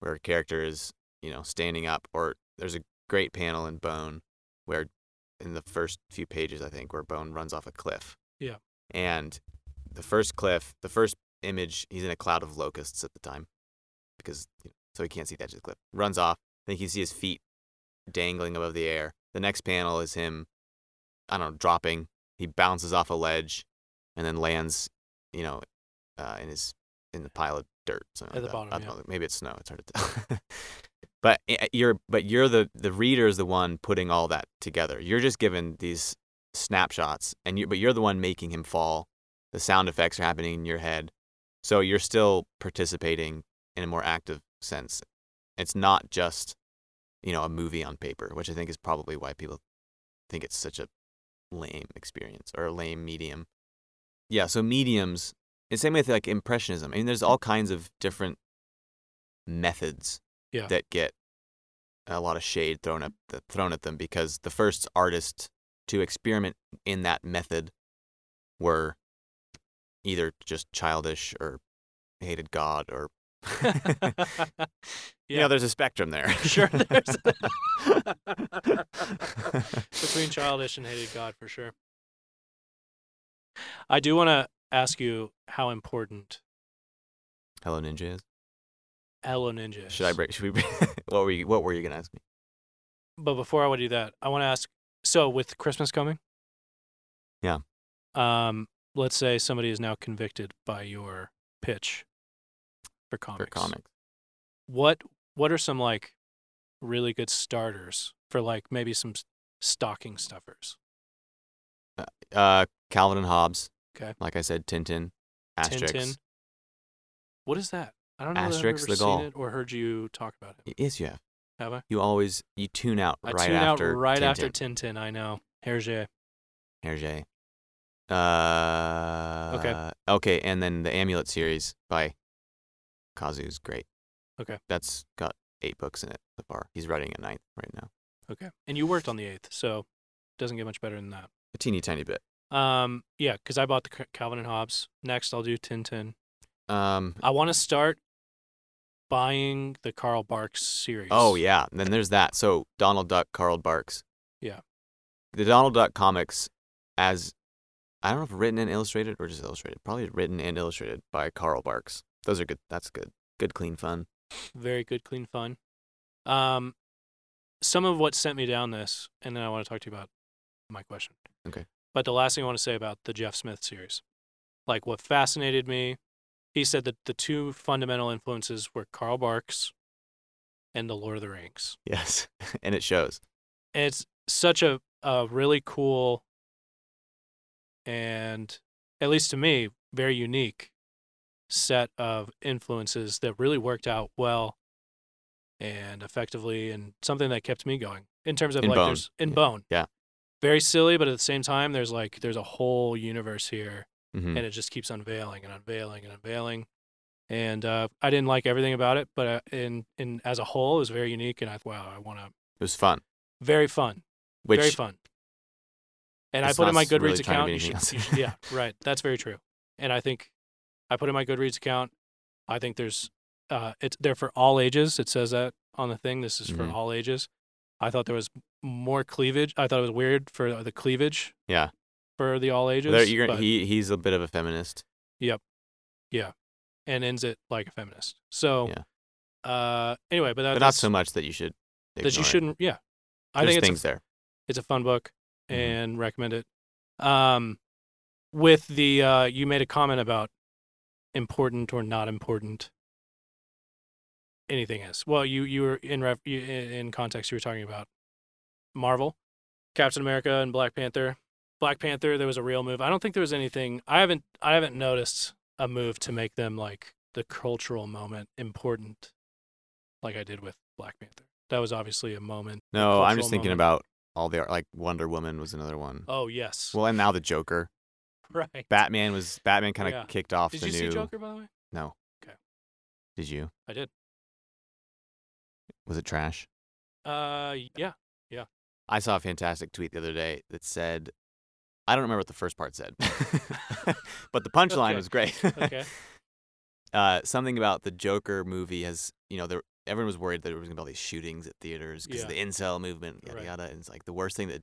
Speaker 2: where a character is you know standing up or there's a great panel in bone where in the first few pages i think where bone runs off a cliff
Speaker 1: Yeah.
Speaker 2: and the first cliff the first image. He's in a cloud of locusts at the time, because you know, so he can't see the edge of the cliff. Runs off. Then you can see his feet dangling above the air. The next panel is him, I don't know, dropping. He bounces off a ledge, and then lands, you know, uh, in his in the pile of dirt. Something
Speaker 1: At
Speaker 2: like
Speaker 1: the
Speaker 2: that.
Speaker 1: bottom,
Speaker 2: I don't
Speaker 1: yeah.
Speaker 2: know, Maybe it's snow. It's hard to tell. but i- you're but you're the the reader is the one putting all that together. You're just given these snapshots, and you but you're the one making him fall. The sound effects are happening in your head. So you're still participating in a more active sense. It's not just, you know, a movie on paper, which I think is probably why people think it's such a lame experience or a lame medium. Yeah, so mediums, and same with like impressionism. I mean, there's all kinds of different methods
Speaker 1: Yeah.
Speaker 2: that get a lot of shade thrown up thrown at them because the first artists to experiment in that method were either just childish or hated God or You know, there's a spectrum there.
Speaker 1: sure. There's between childish and hated God for sure. I do want to ask you how important
Speaker 2: Hello Ninja is.
Speaker 1: Hello Ninja is.
Speaker 2: Should I break? Should we? Break? what were you? What were you gonna ask me?
Speaker 1: But before I would do that, I want to ask. So with Christmas coming,
Speaker 2: Yeah.
Speaker 1: Um, let's say somebody is now convicted by your pitch for comics.
Speaker 2: For comics,
Speaker 1: What What are some like really good starters for like maybe some s- stocking stuffers?
Speaker 2: uh, Calvin and Hobbes.
Speaker 1: Okay.
Speaker 2: Like I said, Tintin, Asterix.
Speaker 1: Tintin. What is that? I don't know. that
Speaker 2: Asterix
Speaker 1: I've
Speaker 2: the
Speaker 1: ever
Speaker 2: Gaul.
Speaker 1: seen it or heard you talk about it.
Speaker 2: Y- Yes, you have.
Speaker 1: Have I?
Speaker 2: You always you tune out
Speaker 1: I
Speaker 2: right
Speaker 1: tuned
Speaker 2: after
Speaker 1: out right
Speaker 2: Tintin.
Speaker 1: after Tintin. I know. Hergé.
Speaker 2: Hergé. Uh, Okay, and then the Amulet series by Kazu's great.
Speaker 1: Okay.
Speaker 2: That's got eight books in it so far. He's writing a ninth right now.
Speaker 1: Okay. And you worked on the eighth, so doesn't get much better than that.
Speaker 2: A teeny tiny bit.
Speaker 1: Um, yeah, because I bought the Ca- Calvin and Hobbes. Next, I'll do Tintin.
Speaker 2: Um.
Speaker 1: I want to start buying the Carl Barks series.
Speaker 2: Oh yeah. And then there's that. So Donald Duck, Carl Barks.
Speaker 1: Yeah.
Speaker 2: The Donald Duck comics, as I don't know if written and illustrated or just illustrated. Probably written and illustrated by Carl Barks. Those are good. That's good. Good, clean fun.
Speaker 1: very good, clean fun. Um, some of what sent me down this, and then I want to talk to you about my question.
Speaker 2: Okay.
Speaker 1: But the last thing I want to say about the Jeff Smith series, like what fascinated me, he said that the two fundamental influences were Carl Barks and The Lord of the Rings.
Speaker 2: Yes. and it shows.
Speaker 1: and it's such a, a really cool and at least to me very unique set of influences that really worked out well and effectively and something that kept me going in terms of
Speaker 2: In
Speaker 1: like
Speaker 2: bone.
Speaker 1: there's in
Speaker 2: Yeah.
Speaker 1: bone
Speaker 2: Yeah.
Speaker 1: very silly but at the same time there's like there's a whole universe here
Speaker 2: hmm
Speaker 1: and it just keeps unveiling and unveiling and unveiling. And uh, I didn't like everything about it, but uh, in in as a whole, it was very unique. And I wow, I want to
Speaker 2: It was fun.
Speaker 1: very fun,
Speaker 2: Which
Speaker 1: very fun. And I
Speaker 2: it's
Speaker 1: put in
Speaker 2: not
Speaker 1: my
Speaker 2: s-
Speaker 1: Goodreads
Speaker 2: really
Speaker 1: account.
Speaker 2: trying to be
Speaker 1: You
Speaker 2: anything
Speaker 1: should,
Speaker 2: else.
Speaker 1: you should- yeah, right. That's very true. And I think I put in my Goodreads account. I think there's uh, it's there for all ages. It says that on the thing. This is for
Speaker 2: Mhm.
Speaker 1: all ages. I thought there was more cleavage. I thought it was weird for the cleavage.
Speaker 2: Yeah.
Speaker 1: For the all ages.
Speaker 2: There- you're-
Speaker 1: but-
Speaker 2: he he's a bit of a feminist.
Speaker 1: and ends it like a feminist. So, uh, anyway, but, that,
Speaker 2: but not
Speaker 1: that's
Speaker 2: so much that you should.
Speaker 1: that
Speaker 2: ignore
Speaker 1: you
Speaker 2: it.
Speaker 1: shouldn't. Yeah, I
Speaker 2: There's
Speaker 1: think it's
Speaker 2: things
Speaker 1: a,
Speaker 2: there.
Speaker 1: it's a fun book
Speaker 2: Mhm.
Speaker 1: and recommend it. Um, with the uh, you made a comment about important or not important. Anything is well. You you were in ref, you, in in context. You were talking about Marvel, Captain America, and Black Panther. Black Panther, there was a real move. I don't think there was anything. I haven't I haven't noticed a move to make them like the cultural moment important, like I did with Black Panther. That was obviously a moment. a
Speaker 2: No, I'm
Speaker 1: cultural
Speaker 2: just thinking
Speaker 1: moment.
Speaker 2: about all the art. Like Wonder Woman was another one.
Speaker 1: Oh yes,
Speaker 2: Well, and now the Joker.
Speaker 1: right.
Speaker 2: Batman was Batman kind of
Speaker 1: Yeah.
Speaker 2: kicked off
Speaker 1: Did
Speaker 2: the
Speaker 1: you
Speaker 2: new.
Speaker 1: see Joker by the way?
Speaker 2: No.
Speaker 1: Okay.
Speaker 2: Did you?
Speaker 1: I did.
Speaker 2: Was it trash?
Speaker 1: Uh, yeah.
Speaker 2: I saw a fantastic tweet the other day that said, I don't remember what the first part said, but the punchline
Speaker 1: Okay.
Speaker 2: was great.
Speaker 1: Okay.
Speaker 2: uh, something about the Joker movie has, you know, there, everyone was worried that there was going to be all these shootings at theaters because of the
Speaker 1: Yeah.
Speaker 2: incel movement, yada
Speaker 1: Right.
Speaker 2: yada. And it's like the worst thing that,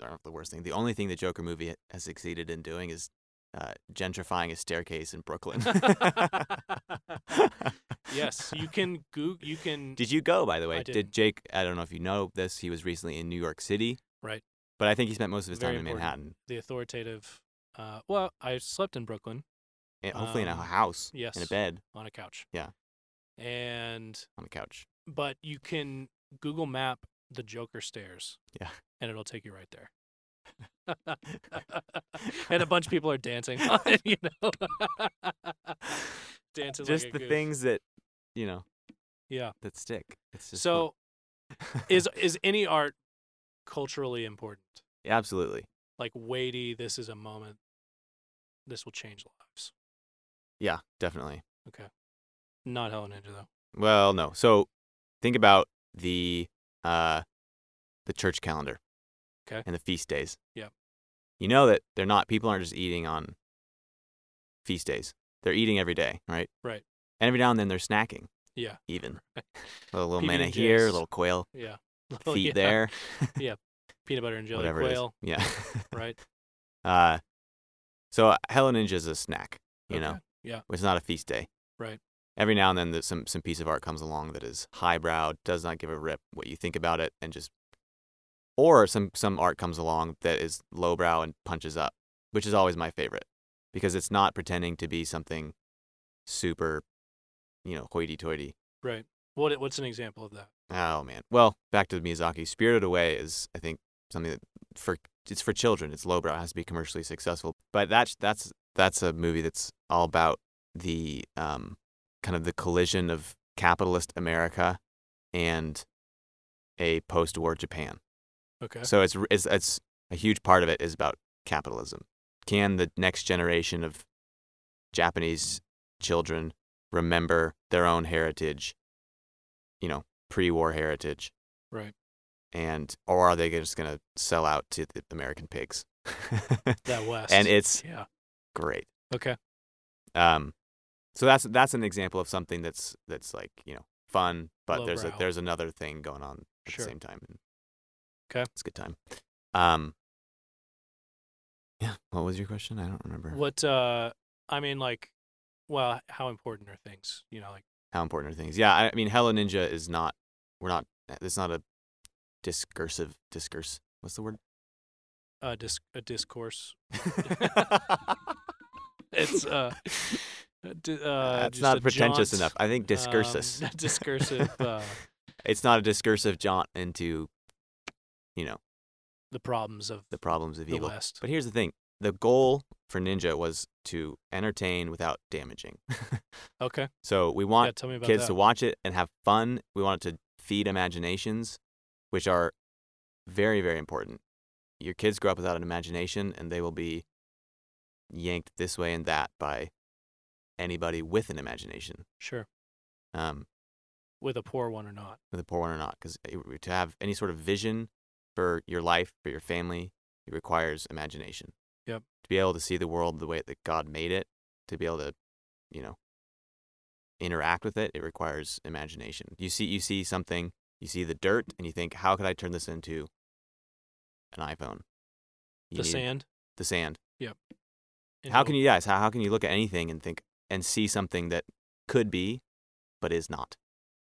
Speaker 2: I don't know if the worst thing, the only thing the Joker movie ha- has succeeded in doing is uh, gentrifying a staircase in Brooklyn.
Speaker 1: yes, you can Google. You can.
Speaker 2: Did you go, by the way?
Speaker 1: I
Speaker 2: Did
Speaker 1: didn't.
Speaker 2: Jake, I don't know if you know this, he was recently in New York City.
Speaker 1: Right.
Speaker 2: But I think he spent most of his
Speaker 1: Very
Speaker 2: time in
Speaker 1: important.
Speaker 2: Manhattan,
Speaker 1: the authoritative. Uh, well, I slept in Brooklyn
Speaker 2: and eh, hopefully in a
Speaker 1: Um,
Speaker 2: house,
Speaker 1: yes.
Speaker 2: in a bed,
Speaker 1: on a couch.
Speaker 2: Yeah.
Speaker 1: And
Speaker 2: on a couch.
Speaker 1: but you can Google Map the Joker stairs.
Speaker 2: Yeah.
Speaker 1: And it'll take you right there. and a bunch of people are dancing, on it, you know, dancing.
Speaker 2: just
Speaker 1: like a
Speaker 2: the
Speaker 1: goof.
Speaker 2: things that, you know,
Speaker 1: Yeah.
Speaker 2: that stick. It's just fun.
Speaker 1: So is is any art culturally important?
Speaker 2: absolutely
Speaker 1: Like weighty. This is a moment. This will change lives.
Speaker 2: yeah, definitely.
Speaker 1: Not Hell Ninja though.
Speaker 2: Well, no. So think about the uh the church calendar.
Speaker 1: 'Kay.
Speaker 2: And the feast days.
Speaker 1: Yep.
Speaker 2: You know that they're not people aren't just eating on feast days. They're eating every day, right?
Speaker 1: Right.
Speaker 2: And every now and then they're snacking.
Speaker 1: Yeah.
Speaker 2: Even a little
Speaker 1: PB&Js.
Speaker 2: manna here, a little quail
Speaker 1: Yeah. Oh,
Speaker 2: feet
Speaker 1: yeah.
Speaker 2: there,
Speaker 1: Peanut butter and jelly
Speaker 2: whatever
Speaker 1: quail,
Speaker 2: it is. Yeah.
Speaker 1: right?
Speaker 2: uh, so uh, Hello Ninja is a snack. You know,
Speaker 1: Okay. Yeah.
Speaker 2: it's not a feast day.
Speaker 1: Right.
Speaker 2: Every now and then, there's some some piece of art comes along that is highbrow, does not give a rip what you think about it, and just or some some art comes along that is lowbrow and punches up, which is always my favorite because it's not pretending to be something super, you know, hoity-toity.
Speaker 1: Right. What what's an example of that?
Speaker 2: Oh man. Well, back to Miyazaki. Spirited Away is, I think, something that for it's for children. It's lowbrow. It has to be commercially successful. But that's that's that's a movie that's all about the um, kind of the collision of capitalist America and a post-war Japan.
Speaker 1: Okay.
Speaker 2: So it's it's it's a huge part of it is about capitalism. Can the next generation of Japanese children remember their own heritage? You know, pre-war heritage.
Speaker 1: Right.
Speaker 2: And or are they just gonna sell out to the American pigs?
Speaker 1: that West.
Speaker 2: and it's
Speaker 1: yeah.
Speaker 2: great.
Speaker 1: Okay.
Speaker 2: Um, so that's that's an example of something that's that's like you know fun, but there's a,
Speaker 1: Lowbrow.
Speaker 2: there's another thing going on at
Speaker 1: Sure.
Speaker 2: the same time. and
Speaker 1: 'Kay.
Speaker 2: it's a good time. Um, yeah. What was your question? I don't remember.
Speaker 1: What uh I mean like well, how important are things? You know, like
Speaker 2: How important are things? Yeah. I, I mean, Hello Ninja is not. We're not. eh, It's not a discursive discourse. What's the word?
Speaker 1: a dis- a discourse. It's uh, a di- uh
Speaker 2: That's
Speaker 1: just a
Speaker 2: not pretentious
Speaker 1: jaunt,
Speaker 2: enough. I think discursus.
Speaker 1: um, discursive uh
Speaker 2: it's not a discursive jaunt into, you know,
Speaker 1: the problems of
Speaker 2: the problems of
Speaker 1: the
Speaker 2: evil.
Speaker 1: West.
Speaker 2: But here's the thing: the goal for Ninja was to entertain without damaging.
Speaker 1: Okay.
Speaker 2: so we
Speaker 1: Yeah,
Speaker 2: want
Speaker 1: tell me about
Speaker 2: kids
Speaker 1: that.
Speaker 2: to watch it and have fun. We want it to feed imaginations, which are very, very important. Your kids grow up without an imagination, and they will be yanked this way and that by anybody with an imagination,
Speaker 1: Sure.
Speaker 2: um,
Speaker 1: With a poor one or not.
Speaker 2: whether poor one or not. Because to have any sort of vision for your life, for your family, it requires imagination.
Speaker 1: Yep.
Speaker 2: To be able to see the world the way that God made it, to be able to, you know, interact with it, it requires imagination. You see you see something, you see the dirt and you think, how could I turn this into an iPhone? You
Speaker 1: the
Speaker 2: need-
Speaker 1: sand.
Speaker 2: The sand.
Speaker 1: into
Speaker 2: how
Speaker 1: a-
Speaker 2: can you guys how, how can you look at anything and think and see something that could be but is not?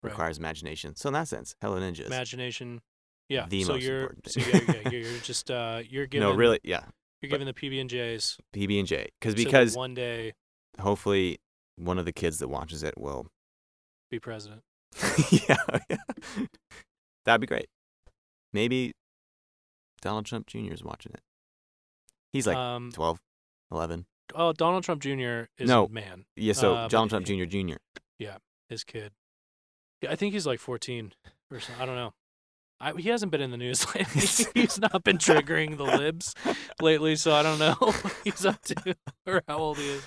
Speaker 1: Right.
Speaker 2: Requires imagination. So in that sense, Hello Ninja is
Speaker 1: imagination? Yeah.
Speaker 2: the
Speaker 1: so
Speaker 2: most
Speaker 1: you're
Speaker 2: important
Speaker 1: so
Speaker 2: thing.
Speaker 1: yeah, yeah, you're, you're just uh you're giving
Speaker 2: No, really, yeah.
Speaker 1: you're
Speaker 2: but-
Speaker 1: giving the PB and J's
Speaker 2: PB and J. Cuz because
Speaker 1: one day
Speaker 2: hopefully one of the kids that watches it will
Speaker 1: be president.
Speaker 2: yeah, yeah. That'd be great. Maybe Donald Trump Jr. is watching it. He's like
Speaker 1: um,
Speaker 2: twelve, eleven. 12, 11.
Speaker 1: oh, Donald Trump Jr. is
Speaker 2: No.
Speaker 1: a man.
Speaker 2: Yeah, so
Speaker 1: uh, but
Speaker 2: Donald Trump
Speaker 1: he-
Speaker 2: Jr. Jr.
Speaker 1: His kid. Yeah, I think he's like 14 or something. I don't know. I, he hasn't been in the news lately. he's not been triggering the libs lately, so I don't know what he's up to or how old he is.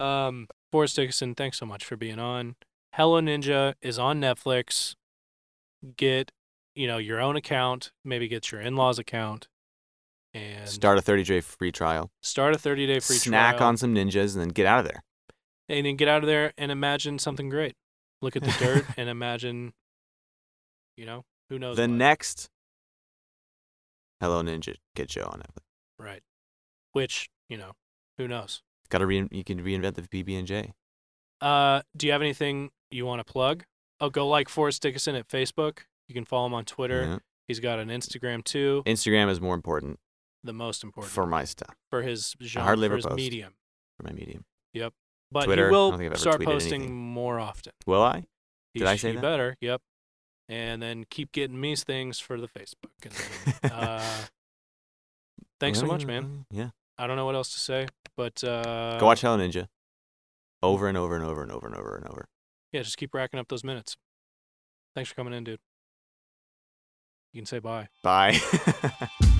Speaker 1: Um, Forrest Dickinson, thanks so much for being on. Hello Ninja is on Netflix. Get you know your own account. Maybe get your in-laws account and
Speaker 2: Start a 30 day free trial.
Speaker 1: start a 30-day free
Speaker 2: snack
Speaker 1: trial.
Speaker 2: on some ninjas and then get out of there.
Speaker 1: and then get out of there and imagine something great. Look at the dirt and imagine, you know, who knows
Speaker 2: The
Speaker 1: what.
Speaker 2: next Hello Ninja Kid show on Netflix.
Speaker 1: right? Which you know, who knows?
Speaker 2: Got to rein you can reinvent the PB and J.
Speaker 1: Uh, do you have anything you want to plug? Oh, go like Forrest Dickinson at Facebook. You can follow him on Twitter. He's got an Instagram too.
Speaker 2: Instagram is more important
Speaker 1: The most important
Speaker 2: for my stuff,
Speaker 1: for his genre,
Speaker 2: hardly
Speaker 1: for
Speaker 2: ever
Speaker 1: his
Speaker 2: post.
Speaker 1: medium.
Speaker 2: for my medium.
Speaker 1: But
Speaker 2: Twitter, I
Speaker 1: he will
Speaker 2: don't think I've ever
Speaker 1: start
Speaker 2: tweeted
Speaker 1: posting
Speaker 2: anything.
Speaker 1: more often.
Speaker 2: Will I?
Speaker 1: He
Speaker 2: Did I
Speaker 1: sh-
Speaker 2: say
Speaker 1: he
Speaker 2: that?
Speaker 1: better? Yep. And then keep getting me things for the Facebook. And then, uh, thanks so much, man.
Speaker 2: Yeah.
Speaker 1: I don't know what else to say, but uh,
Speaker 2: Go watch Hello Ninja. Over and over and over and over and over and over.
Speaker 1: Yeah, just keep racking up those minutes. Thanks for coming in, dude. You can say bye.
Speaker 2: Bye.